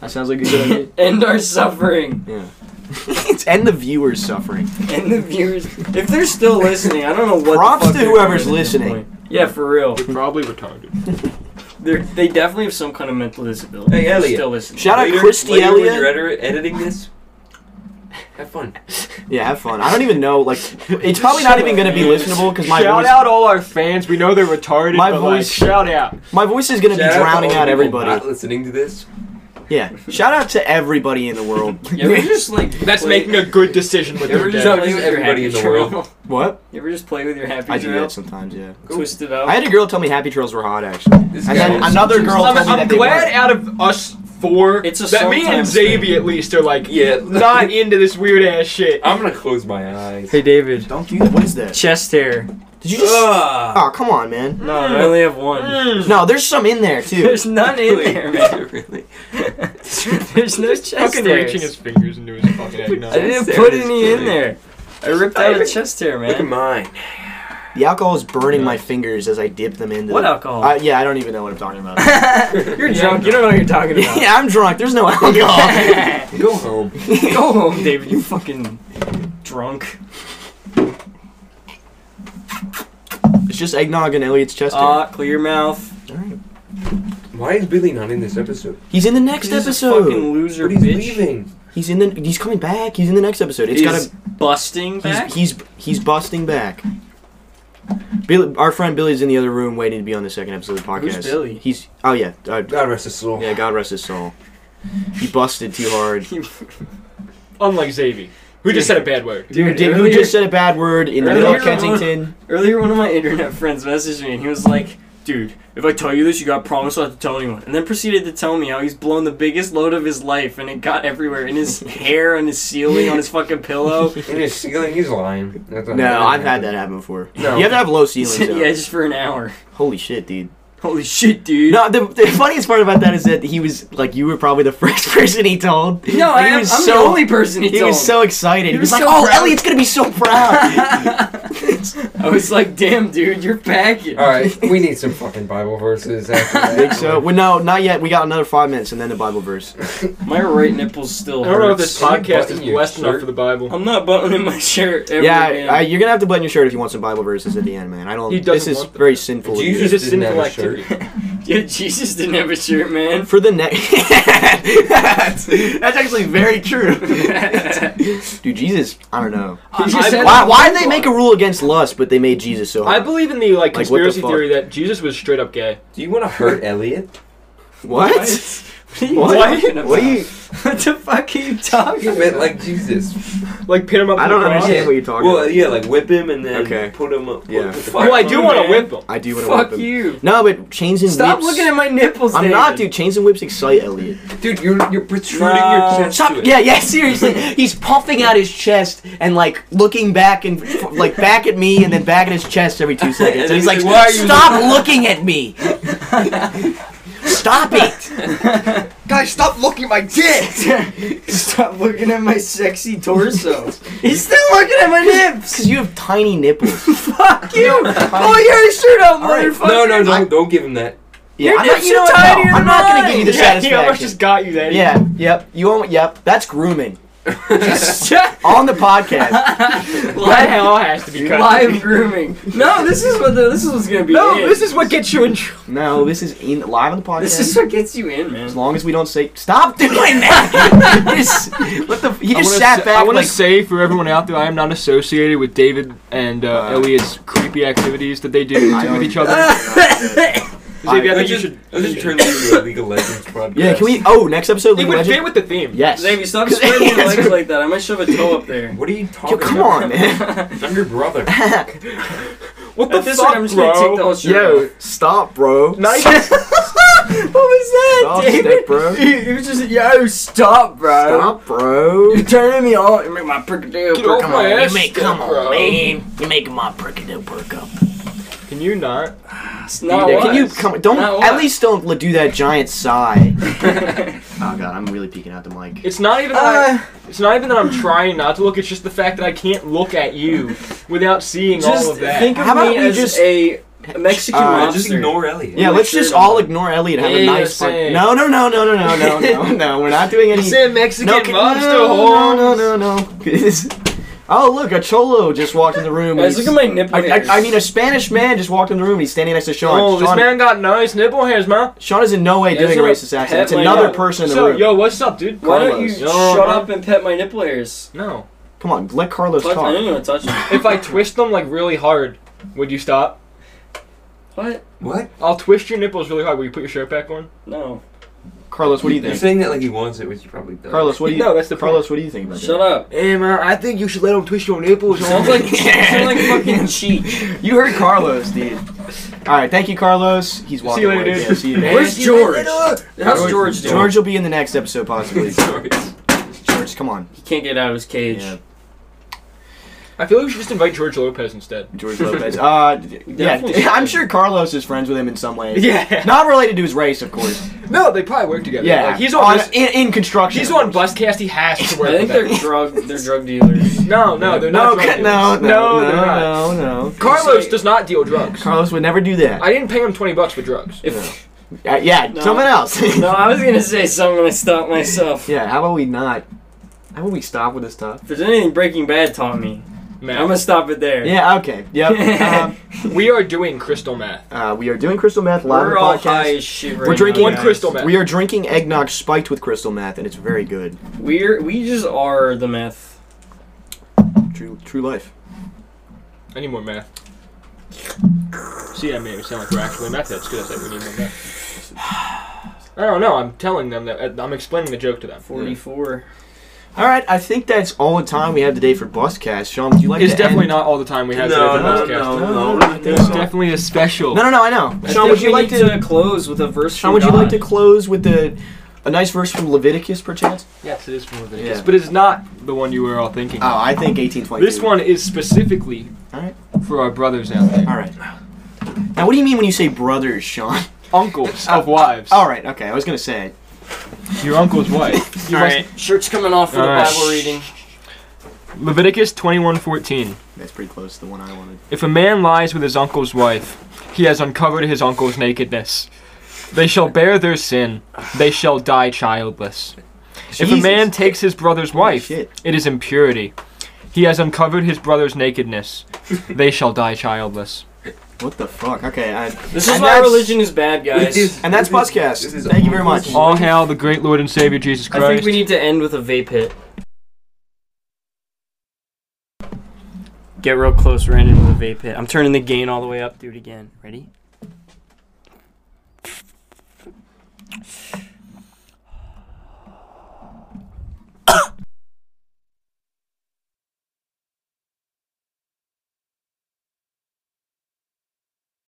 Speaker 2: That sounds like a good idea.
Speaker 1: End our suffering.
Speaker 2: Yeah. it's end the viewers' suffering.
Speaker 1: End the viewers. If they're still listening, I don't know what.
Speaker 2: Props
Speaker 1: the fuck
Speaker 2: to
Speaker 1: they're
Speaker 2: whoever's
Speaker 1: doing at this
Speaker 2: listening.
Speaker 1: point. Yeah, for real.
Speaker 3: You're probably retarded.
Speaker 1: They're, they definitely have some kind of mental disability.
Speaker 6: Hey,
Speaker 1: They're
Speaker 6: Elliot.
Speaker 1: Still listening.
Speaker 2: Shout out
Speaker 6: Later-
Speaker 2: Christy
Speaker 6: later When you're
Speaker 2: Elliott.
Speaker 6: edit- editing this, have fun.
Speaker 2: Yeah, have fun. I don't even know. Like, it's probably not even gonna be listenable because my
Speaker 3: shout
Speaker 2: voice,
Speaker 3: out all our fans. We know they're retarded.
Speaker 2: My
Speaker 3: but, like,
Speaker 2: voice-
Speaker 3: shout out.
Speaker 2: my voice is gonna be
Speaker 6: Shout out to
Speaker 2: drowning
Speaker 6: all the
Speaker 2: out
Speaker 6: people
Speaker 2: everybody.
Speaker 6: Not listening to this.
Speaker 2: Yeah. Shout out to everybody in the world.
Speaker 1: You ever just like
Speaker 3: That's
Speaker 1: play,
Speaker 3: making a good decision with
Speaker 6: There
Speaker 3: their
Speaker 6: was
Speaker 3: death.
Speaker 6: no-
Speaker 1: play with
Speaker 6: everybody
Speaker 1: your
Speaker 6: in
Speaker 1: happy
Speaker 6: the
Speaker 1: trail.
Speaker 6: world.
Speaker 2: What?
Speaker 1: You ever just play with your happy
Speaker 2: I do
Speaker 1: trail?
Speaker 2: that sometimes. Yeah.
Speaker 1: Twist it out.
Speaker 2: I had a girl tell me happy trails were hot actually,
Speaker 6: This
Speaker 2: and
Speaker 6: guy
Speaker 2: then
Speaker 6: is-
Speaker 2: another girl told
Speaker 3: I'm,
Speaker 2: me
Speaker 3: I'm
Speaker 2: that they
Speaker 3: glad
Speaker 2: were.
Speaker 3: out of us four,
Speaker 1: It's a
Speaker 3: that me and
Speaker 1: sometimes thing.
Speaker 3: Xavier at least are like
Speaker 6: Yeah.
Speaker 3: not into this weird ass shit.
Speaker 6: I'm gonna close my eyes.
Speaker 1: David.
Speaker 2: Don't do that. What is that?
Speaker 1: Chest hair.
Speaker 2: Did you just?
Speaker 6: Ah.
Speaker 2: Oh come on, man.
Speaker 1: No, I only have one.
Speaker 3: Mm.
Speaker 2: No, there's some in there too.
Speaker 1: There's none in there, man.
Speaker 6: really?
Speaker 1: There's no chest
Speaker 3: Fucking
Speaker 1: hairs.
Speaker 3: reaching his fingers into his fucking head.
Speaker 1: I
Speaker 3: No.
Speaker 1: didn't
Speaker 6: Chest hair
Speaker 1: put
Speaker 6: is
Speaker 1: any
Speaker 6: good.
Speaker 1: in there. I ripped
Speaker 6: I
Speaker 1: out a
Speaker 6: ripped-
Speaker 1: chest hair,
Speaker 6: Look at
Speaker 1: man.
Speaker 6: mine.
Speaker 2: The alcohol is burning my fingers as I dip them into.
Speaker 1: What
Speaker 2: the-
Speaker 1: alcohol?
Speaker 2: I- yeah, I don't even know what I'm talking about.
Speaker 1: You're drunk. You don't know what you're talking about.
Speaker 2: yeah, I'm drunk. There's no alcohol.
Speaker 6: Go home.
Speaker 1: Go home, David. You fucking drunk.
Speaker 2: it's just eggnog and Elliot's chest. hair.
Speaker 1: Ah, clear your mouth.
Speaker 6: Why is Billy not in this episode?
Speaker 2: he's in the next
Speaker 1: He's a
Speaker 2: episode.
Speaker 1: fucking loser,
Speaker 6: But he's
Speaker 1: bitch.
Speaker 6: leaving.
Speaker 2: He's in the. He's coming back. He's in the next episode. It's
Speaker 1: He's
Speaker 2: got
Speaker 1: busting
Speaker 2: to.
Speaker 1: back.
Speaker 2: He's, he's he's busting back. Billy, our friend Billy's in the other room waiting to be on the second episode of the podcast.
Speaker 1: Who's Billy?
Speaker 2: He's oh yeah, uh,
Speaker 6: God rest his soul.
Speaker 2: yeah. God rest his soul. He busted too hard.
Speaker 3: Unlike Xavier, who just said a bad word.
Speaker 1: Dude,
Speaker 2: Dude, who
Speaker 1: earlier-
Speaker 2: just said a bad word in the middle of
Speaker 1: Earlier-
Speaker 2: Kensington?
Speaker 1: Earlier, one of my internet friends messaged me, and he was like, "Dude, if I tell you this, you got to promise not to tell anyone." And then proceeded to tell me how he's blown the biggest load of his life, and it got everywhere in his hair, on his ceiling, on his fucking pillow.
Speaker 6: In his ceiling, he's lying. That's not
Speaker 2: No,
Speaker 6: happening.
Speaker 2: I've had that happen before.
Speaker 6: No.
Speaker 2: You have to have low ceilings. though.
Speaker 1: yeah, just for an hour.
Speaker 2: Holy shit, dude.
Speaker 1: Holy shit, dude.
Speaker 2: No, the, the funniest part about that is that he was like, you were probably the first person he told.
Speaker 1: No,
Speaker 2: Like,
Speaker 1: I
Speaker 2: he
Speaker 1: am, I'm
Speaker 2: was
Speaker 1: the only person he,
Speaker 2: He
Speaker 1: told.
Speaker 2: was so excited. He,
Speaker 1: He
Speaker 2: was,
Speaker 1: was
Speaker 2: like,
Speaker 1: so
Speaker 2: "Oh,
Speaker 1: proud."
Speaker 2: Elliot's gonna be so proud."
Speaker 1: I was like, damn, dude, you're Uh, packing.
Speaker 6: All right, we need some fucking Bible verses. After that.
Speaker 2: Think so? Well, no, not yet. We got another five minutes and then the Bible verse.
Speaker 1: My right nipple's still
Speaker 3: I don't know if
Speaker 1: hurts.
Speaker 3: this podcast is
Speaker 6: Button your
Speaker 3: blessed enough
Speaker 6: shirt.
Speaker 3: for the Bible.
Speaker 1: I'm not buttoning my shirt ever
Speaker 2: yeah,
Speaker 1: again.
Speaker 2: I, you're gonna have to button your shirt if you want some Bible verses at the end, man. I don't.
Speaker 3: He
Speaker 2: This
Speaker 3: doesn't
Speaker 2: is
Speaker 3: want them.
Speaker 2: very sinful. of you.
Speaker 6: Jesus
Speaker 3: It's a
Speaker 6: didn't have
Speaker 3: sinful
Speaker 6: a shirt.
Speaker 3: activity.
Speaker 1: yeah, Jesus didn't have a shirt, man.
Speaker 2: For the next. that's, that's actually very true. Dude, Jesus, I don't know.
Speaker 3: I-
Speaker 2: Why, why did they make a rule against lust, but they made Jesus so
Speaker 3: I
Speaker 2: high?
Speaker 3: believe in the
Speaker 2: Like,
Speaker 3: like
Speaker 2: what the
Speaker 3: conspiracy
Speaker 2: fuck?
Speaker 3: theory that Jesus was straight up gay.
Speaker 6: Do you want to hurt Elliot?
Speaker 2: What?
Speaker 1: What? are you
Speaker 3: What?
Speaker 1: talking about?
Speaker 6: What do you?
Speaker 1: What the fuck are you talking
Speaker 6: You
Speaker 1: about?
Speaker 6: meant like Jesus?
Speaker 3: Like pin him up.
Speaker 2: I
Speaker 3: on the
Speaker 2: don't
Speaker 3: cross.
Speaker 2: understand what you're talking
Speaker 6: Well,
Speaker 2: about.
Speaker 6: yeah, like whip him and then
Speaker 2: Okay.
Speaker 6: put him up.
Speaker 2: Yeah.
Speaker 6: What the fuck?
Speaker 3: Well, I do
Speaker 1: Fuck
Speaker 3: want
Speaker 1: you,
Speaker 3: to whip him.
Speaker 2: I do want to
Speaker 1: Fuck
Speaker 2: whip him.
Speaker 1: you.
Speaker 2: No, but chains and
Speaker 1: Stop
Speaker 2: whips.
Speaker 1: looking at my nipples,
Speaker 2: I'm not,
Speaker 1: David.
Speaker 2: dude. Chains and whips excite Elliot.
Speaker 6: Dude, you're you're protruding
Speaker 1: No.
Speaker 6: your chest. to
Speaker 2: Stop!
Speaker 6: it.
Speaker 2: Yeah, yeah. Seriously, he's puffing out his chest and like looking back and like back at me and then back at his chest every two seconds. And,
Speaker 6: then
Speaker 2: he's like,
Speaker 6: he's like, "Why are you
Speaker 2: "Stop looking at me! Stop it,
Speaker 4: Guys, stop looking at my dick!
Speaker 1: Stop looking at my sexy torso. He's still looking at my nips.
Speaker 2: because you have tiny nipples."
Speaker 1: Fuck you. Pull your shirt up,
Speaker 2: All right.
Speaker 1: motherfucker.
Speaker 6: No, no, don't don't give him that.
Speaker 2: Yeah,
Speaker 1: Your
Speaker 2: I'm not,
Speaker 1: nips
Speaker 2: you
Speaker 1: are
Speaker 2: know what?
Speaker 1: tinier
Speaker 2: No,
Speaker 1: than
Speaker 2: I'm not gonna
Speaker 1: mine.
Speaker 2: give you the
Speaker 3: Yeah, he almost
Speaker 2: satisfaction.
Speaker 3: just got you there.
Speaker 2: Yeah, yep. You won't. Yep, that's grooming
Speaker 1: Shut-
Speaker 2: on the podcast.
Speaker 3: That hell has to be cut.
Speaker 1: Live grooming. No, this is what the, this is what's gonna be.
Speaker 3: No,
Speaker 1: in.
Speaker 3: this is what gets you in trouble.
Speaker 2: no, this is in live on the podcast.
Speaker 1: this is what gets you in, man.
Speaker 2: as long as we don't say stop doing that. This- what the? He
Speaker 3: I
Speaker 2: just
Speaker 3: wanna
Speaker 2: sat
Speaker 3: say- I
Speaker 2: back
Speaker 3: want
Speaker 2: like.
Speaker 3: to say for everyone out there, I am not associated with David and uh,
Speaker 2: Uh,
Speaker 3: Elliot's creepy activities that they do
Speaker 2: I
Speaker 3: with
Speaker 2: don't-
Speaker 3: each other.
Speaker 2: I-
Speaker 3: Xavier, I think
Speaker 6: Let's
Speaker 3: you
Speaker 6: just,
Speaker 3: should.
Speaker 6: let's just turn this into a League of Legends podcast.
Speaker 2: Yeah, can we? Oh, next episode.
Speaker 3: It
Speaker 2: League
Speaker 3: would
Speaker 2: of
Speaker 3: fit
Speaker 2: Legends.
Speaker 3: with the theme.
Speaker 2: Yes.
Speaker 1: Xavier, stop spreading your legs like that. I might shove a toe up there.
Speaker 6: What are you talking
Speaker 2: Yo,
Speaker 6: about?
Speaker 2: come on, man.
Speaker 6: I'm your brother.
Speaker 3: What the
Speaker 1: At this
Speaker 3: fuck,
Speaker 1: rate, I'm just
Speaker 3: bro?
Speaker 1: gonna take the whole shirt
Speaker 2: Yo, stop, bro.
Speaker 3: Not even-
Speaker 1: off. What was
Speaker 2: Stop,
Speaker 1: that,
Speaker 2: stick,
Speaker 1: David?
Speaker 2: bro.
Speaker 1: He, he was just yo, stop, bro.
Speaker 2: Stop, bro.
Speaker 1: You're turning me on. You make my prickadoo
Speaker 3: Get
Speaker 1: prick
Speaker 3: off
Speaker 1: on.
Speaker 3: my ass,
Speaker 1: You make-
Speaker 3: come on,
Speaker 5: Man, you're making my prickadoo perk up.
Speaker 3: Can you not?
Speaker 1: No,
Speaker 2: Yeah,
Speaker 1: it
Speaker 2: can you
Speaker 1: was.
Speaker 2: come? Don't
Speaker 1: No, it
Speaker 2: at
Speaker 1: was.
Speaker 2: least don't l- do that giant sigh. oh god, I'm really peeking out the mic.
Speaker 3: It's not even
Speaker 2: Uh.
Speaker 3: that. I, it's not even that I'm trying not to look. It's just the fact that I can't look at you without seeing all
Speaker 1: Just
Speaker 3: of that.
Speaker 1: think of
Speaker 2: How about
Speaker 1: me
Speaker 2: we
Speaker 1: as
Speaker 2: just-
Speaker 1: a Mexican
Speaker 2: Uh,
Speaker 6: Uh,
Speaker 1: monster.
Speaker 6: just ignore Elliot.
Speaker 2: Yeah,
Speaker 1: Make
Speaker 2: let's
Speaker 1: sure
Speaker 2: just
Speaker 1: to-
Speaker 2: all ignore Elliot and have a
Speaker 3: Yeah,
Speaker 2: nice fun.
Speaker 3: same.
Speaker 2: No, no, no, no, no, no, no, no, no. We're not doing any.
Speaker 3: Mexican
Speaker 2: No, can- no, no, no, no, no. Oh look, a cholo just walked in the room. and
Speaker 1: Guys, look
Speaker 2: he's-
Speaker 1: at my nipple.
Speaker 2: I,
Speaker 1: hairs.
Speaker 2: I, I mean, a Spanish man just walked in the room. and He's standing next to Sean.
Speaker 3: Oh, this
Speaker 2: Sean,
Speaker 3: man got nice nipple hairs, man.
Speaker 2: Sean is in no way
Speaker 1: Yeah,
Speaker 2: doing a
Speaker 1: that's
Speaker 2: racist
Speaker 1: what I-
Speaker 2: accent. It's
Speaker 1: Headline
Speaker 2: another
Speaker 1: up.
Speaker 2: person in the
Speaker 3: So,
Speaker 2: room.
Speaker 3: yo, what's up, dude?
Speaker 1: Why don't you
Speaker 2: Carlos.
Speaker 3: Yo,
Speaker 1: shut
Speaker 3: man.
Speaker 1: up and pet my nipple hairs?
Speaker 3: No.
Speaker 2: Come on, let Carlos
Speaker 1: Fuck, I
Speaker 2: talk.
Speaker 1: didn't even touch them.
Speaker 3: If I twist them like really hard, would you stop?
Speaker 1: What?
Speaker 6: What?
Speaker 3: I'll twist your nipples really hard. Will you put your shirt back on?
Speaker 1: No.
Speaker 2: Carlos, what do you
Speaker 6: You're
Speaker 2: think?
Speaker 6: saying that like he wants it, which he probably does.
Speaker 2: Carlos, what do you?
Speaker 3: No, that's the
Speaker 2: Carlos. What do you think about
Speaker 1: Shut up.
Speaker 3: Hey man, I think you should let him twist your nipples.
Speaker 1: Sounds like sounds like fucking cheat.
Speaker 2: that? You heard Carlos, dude. All right, thank you, Carlos. He's walking
Speaker 3: you later,
Speaker 2: away.
Speaker 3: dude.
Speaker 2: Yeah, see you later.
Speaker 1: Where's George? How's George doing?
Speaker 2: George will be in the next episode, possibly.
Speaker 6: Sorry.
Speaker 2: George, come on.
Speaker 1: He can't get out of his cage.
Speaker 2: Yeah.
Speaker 3: I feel like we should just invite George Lopez instead.
Speaker 2: George Lopez. Uh, d-
Speaker 1: Definitely.
Speaker 2: yeah, I'm sure Carlos is friends with him in some way.
Speaker 3: Yeah.
Speaker 2: Not related to his race, of course.
Speaker 3: No, they probably work together.
Speaker 2: Yeah,
Speaker 3: Like, he's on. this-
Speaker 2: in, in construction.
Speaker 3: he's
Speaker 2: of
Speaker 3: on
Speaker 2: course.
Speaker 3: Buscast. He has to work.
Speaker 1: I think
Speaker 3: with
Speaker 1: they're drug they're drug dealers.
Speaker 3: No, no, they're
Speaker 2: No,
Speaker 3: not. drug
Speaker 2: no, no,
Speaker 3: dealers.
Speaker 2: no,
Speaker 3: they're
Speaker 2: no,
Speaker 3: not.
Speaker 2: no,
Speaker 3: Carlos does not deal drugs.
Speaker 2: Carlos would never do that.
Speaker 3: I didn't pay him twenty bucks for drugs.
Speaker 1: If
Speaker 2: Uh, yeah,
Speaker 1: No.
Speaker 2: someone else.
Speaker 1: no, I was gonna say something I stopped myself.
Speaker 2: Yeah, how about we not? How about we stop with this stuff?
Speaker 1: If there's anything Breaking Bad taught me, I'm gonna
Speaker 3: Math.
Speaker 1: stop it there.
Speaker 2: Yeah, okay. Yep. um,
Speaker 3: We are doing crystal math.
Speaker 2: uh, we are doing crystal meth live on
Speaker 1: We're
Speaker 2: the
Speaker 1: all
Speaker 2: podcast.
Speaker 1: high as shit right
Speaker 2: We're drinking
Speaker 1: now,
Speaker 3: One
Speaker 1: guys.
Speaker 3: crystal meth.
Speaker 2: We are drinking eggnog spiked with crystal meth, and it's very good.
Speaker 1: We're we just are the meth.
Speaker 2: True, true life.
Speaker 3: I need more math. See, that made it sound like we're actually math heads because I said we need more math. I don't know. I'm telling them that I'm explaining the joke to them.
Speaker 1: Forty four.
Speaker 2: All right, I think that's all the time we have today for Buscast. Sean, would you like
Speaker 3: It's
Speaker 2: to
Speaker 3: definitely
Speaker 2: end?
Speaker 3: not all the time we have.
Speaker 6: No,
Speaker 3: today for
Speaker 6: no,
Speaker 3: the podcast.
Speaker 6: no, no,
Speaker 2: No, no, no.
Speaker 3: It's definitely a special.
Speaker 2: No, no, no. I know.
Speaker 1: I
Speaker 2: Sean,
Speaker 1: think
Speaker 2: would you
Speaker 1: we
Speaker 2: like
Speaker 1: need
Speaker 2: to?
Speaker 1: close with a verse?
Speaker 2: Sean,
Speaker 1: from
Speaker 2: would you like
Speaker 1: God.
Speaker 2: to close with the a nice verse from Leviticus, perchance?
Speaker 3: Yes, it is from Leviticus,
Speaker 2: Yeah.
Speaker 3: but it's not the one you were all thinking.
Speaker 2: Oh, I think eighteen twenty.
Speaker 3: this one is specifically
Speaker 2: Alright.
Speaker 3: for our brothers out there,
Speaker 2: All right. Now, what do you mean when you say brothers, Sean?
Speaker 3: uncles
Speaker 2: Oh.
Speaker 3: of wives.
Speaker 2: All right. Okay, I was gonna say.
Speaker 3: Your uncle's wife. You
Speaker 2: All
Speaker 3: must-
Speaker 2: right.
Speaker 1: Shirt's coming off for the
Speaker 3: Alright.
Speaker 1: Bible reading.
Speaker 3: Leviticus 21:14.
Speaker 2: That's pretty close to the one I wanted.
Speaker 3: If a man lies with his uncle's wife, he has uncovered his uncle's nakedness. They shall bear their sin. They shall die childless. If a man takes his brother's wife,
Speaker 2: Shit.
Speaker 3: it is impurity. He has uncovered his brother's nakedness. They shall die childless.
Speaker 2: What the fuck? Okay, I,
Speaker 1: This is
Speaker 2: And
Speaker 1: why
Speaker 2: that's-
Speaker 1: religion is bad, guys.
Speaker 2: and that's podcast. Thank you very much.
Speaker 3: All hail the great Lord and Savior Jesus
Speaker 1: I think
Speaker 3: Christ.
Speaker 1: we need to end with a vape hit.
Speaker 5: Get real close, Ren, into the vape hit. I'm turning the gain all the way up. Do it again. Ready?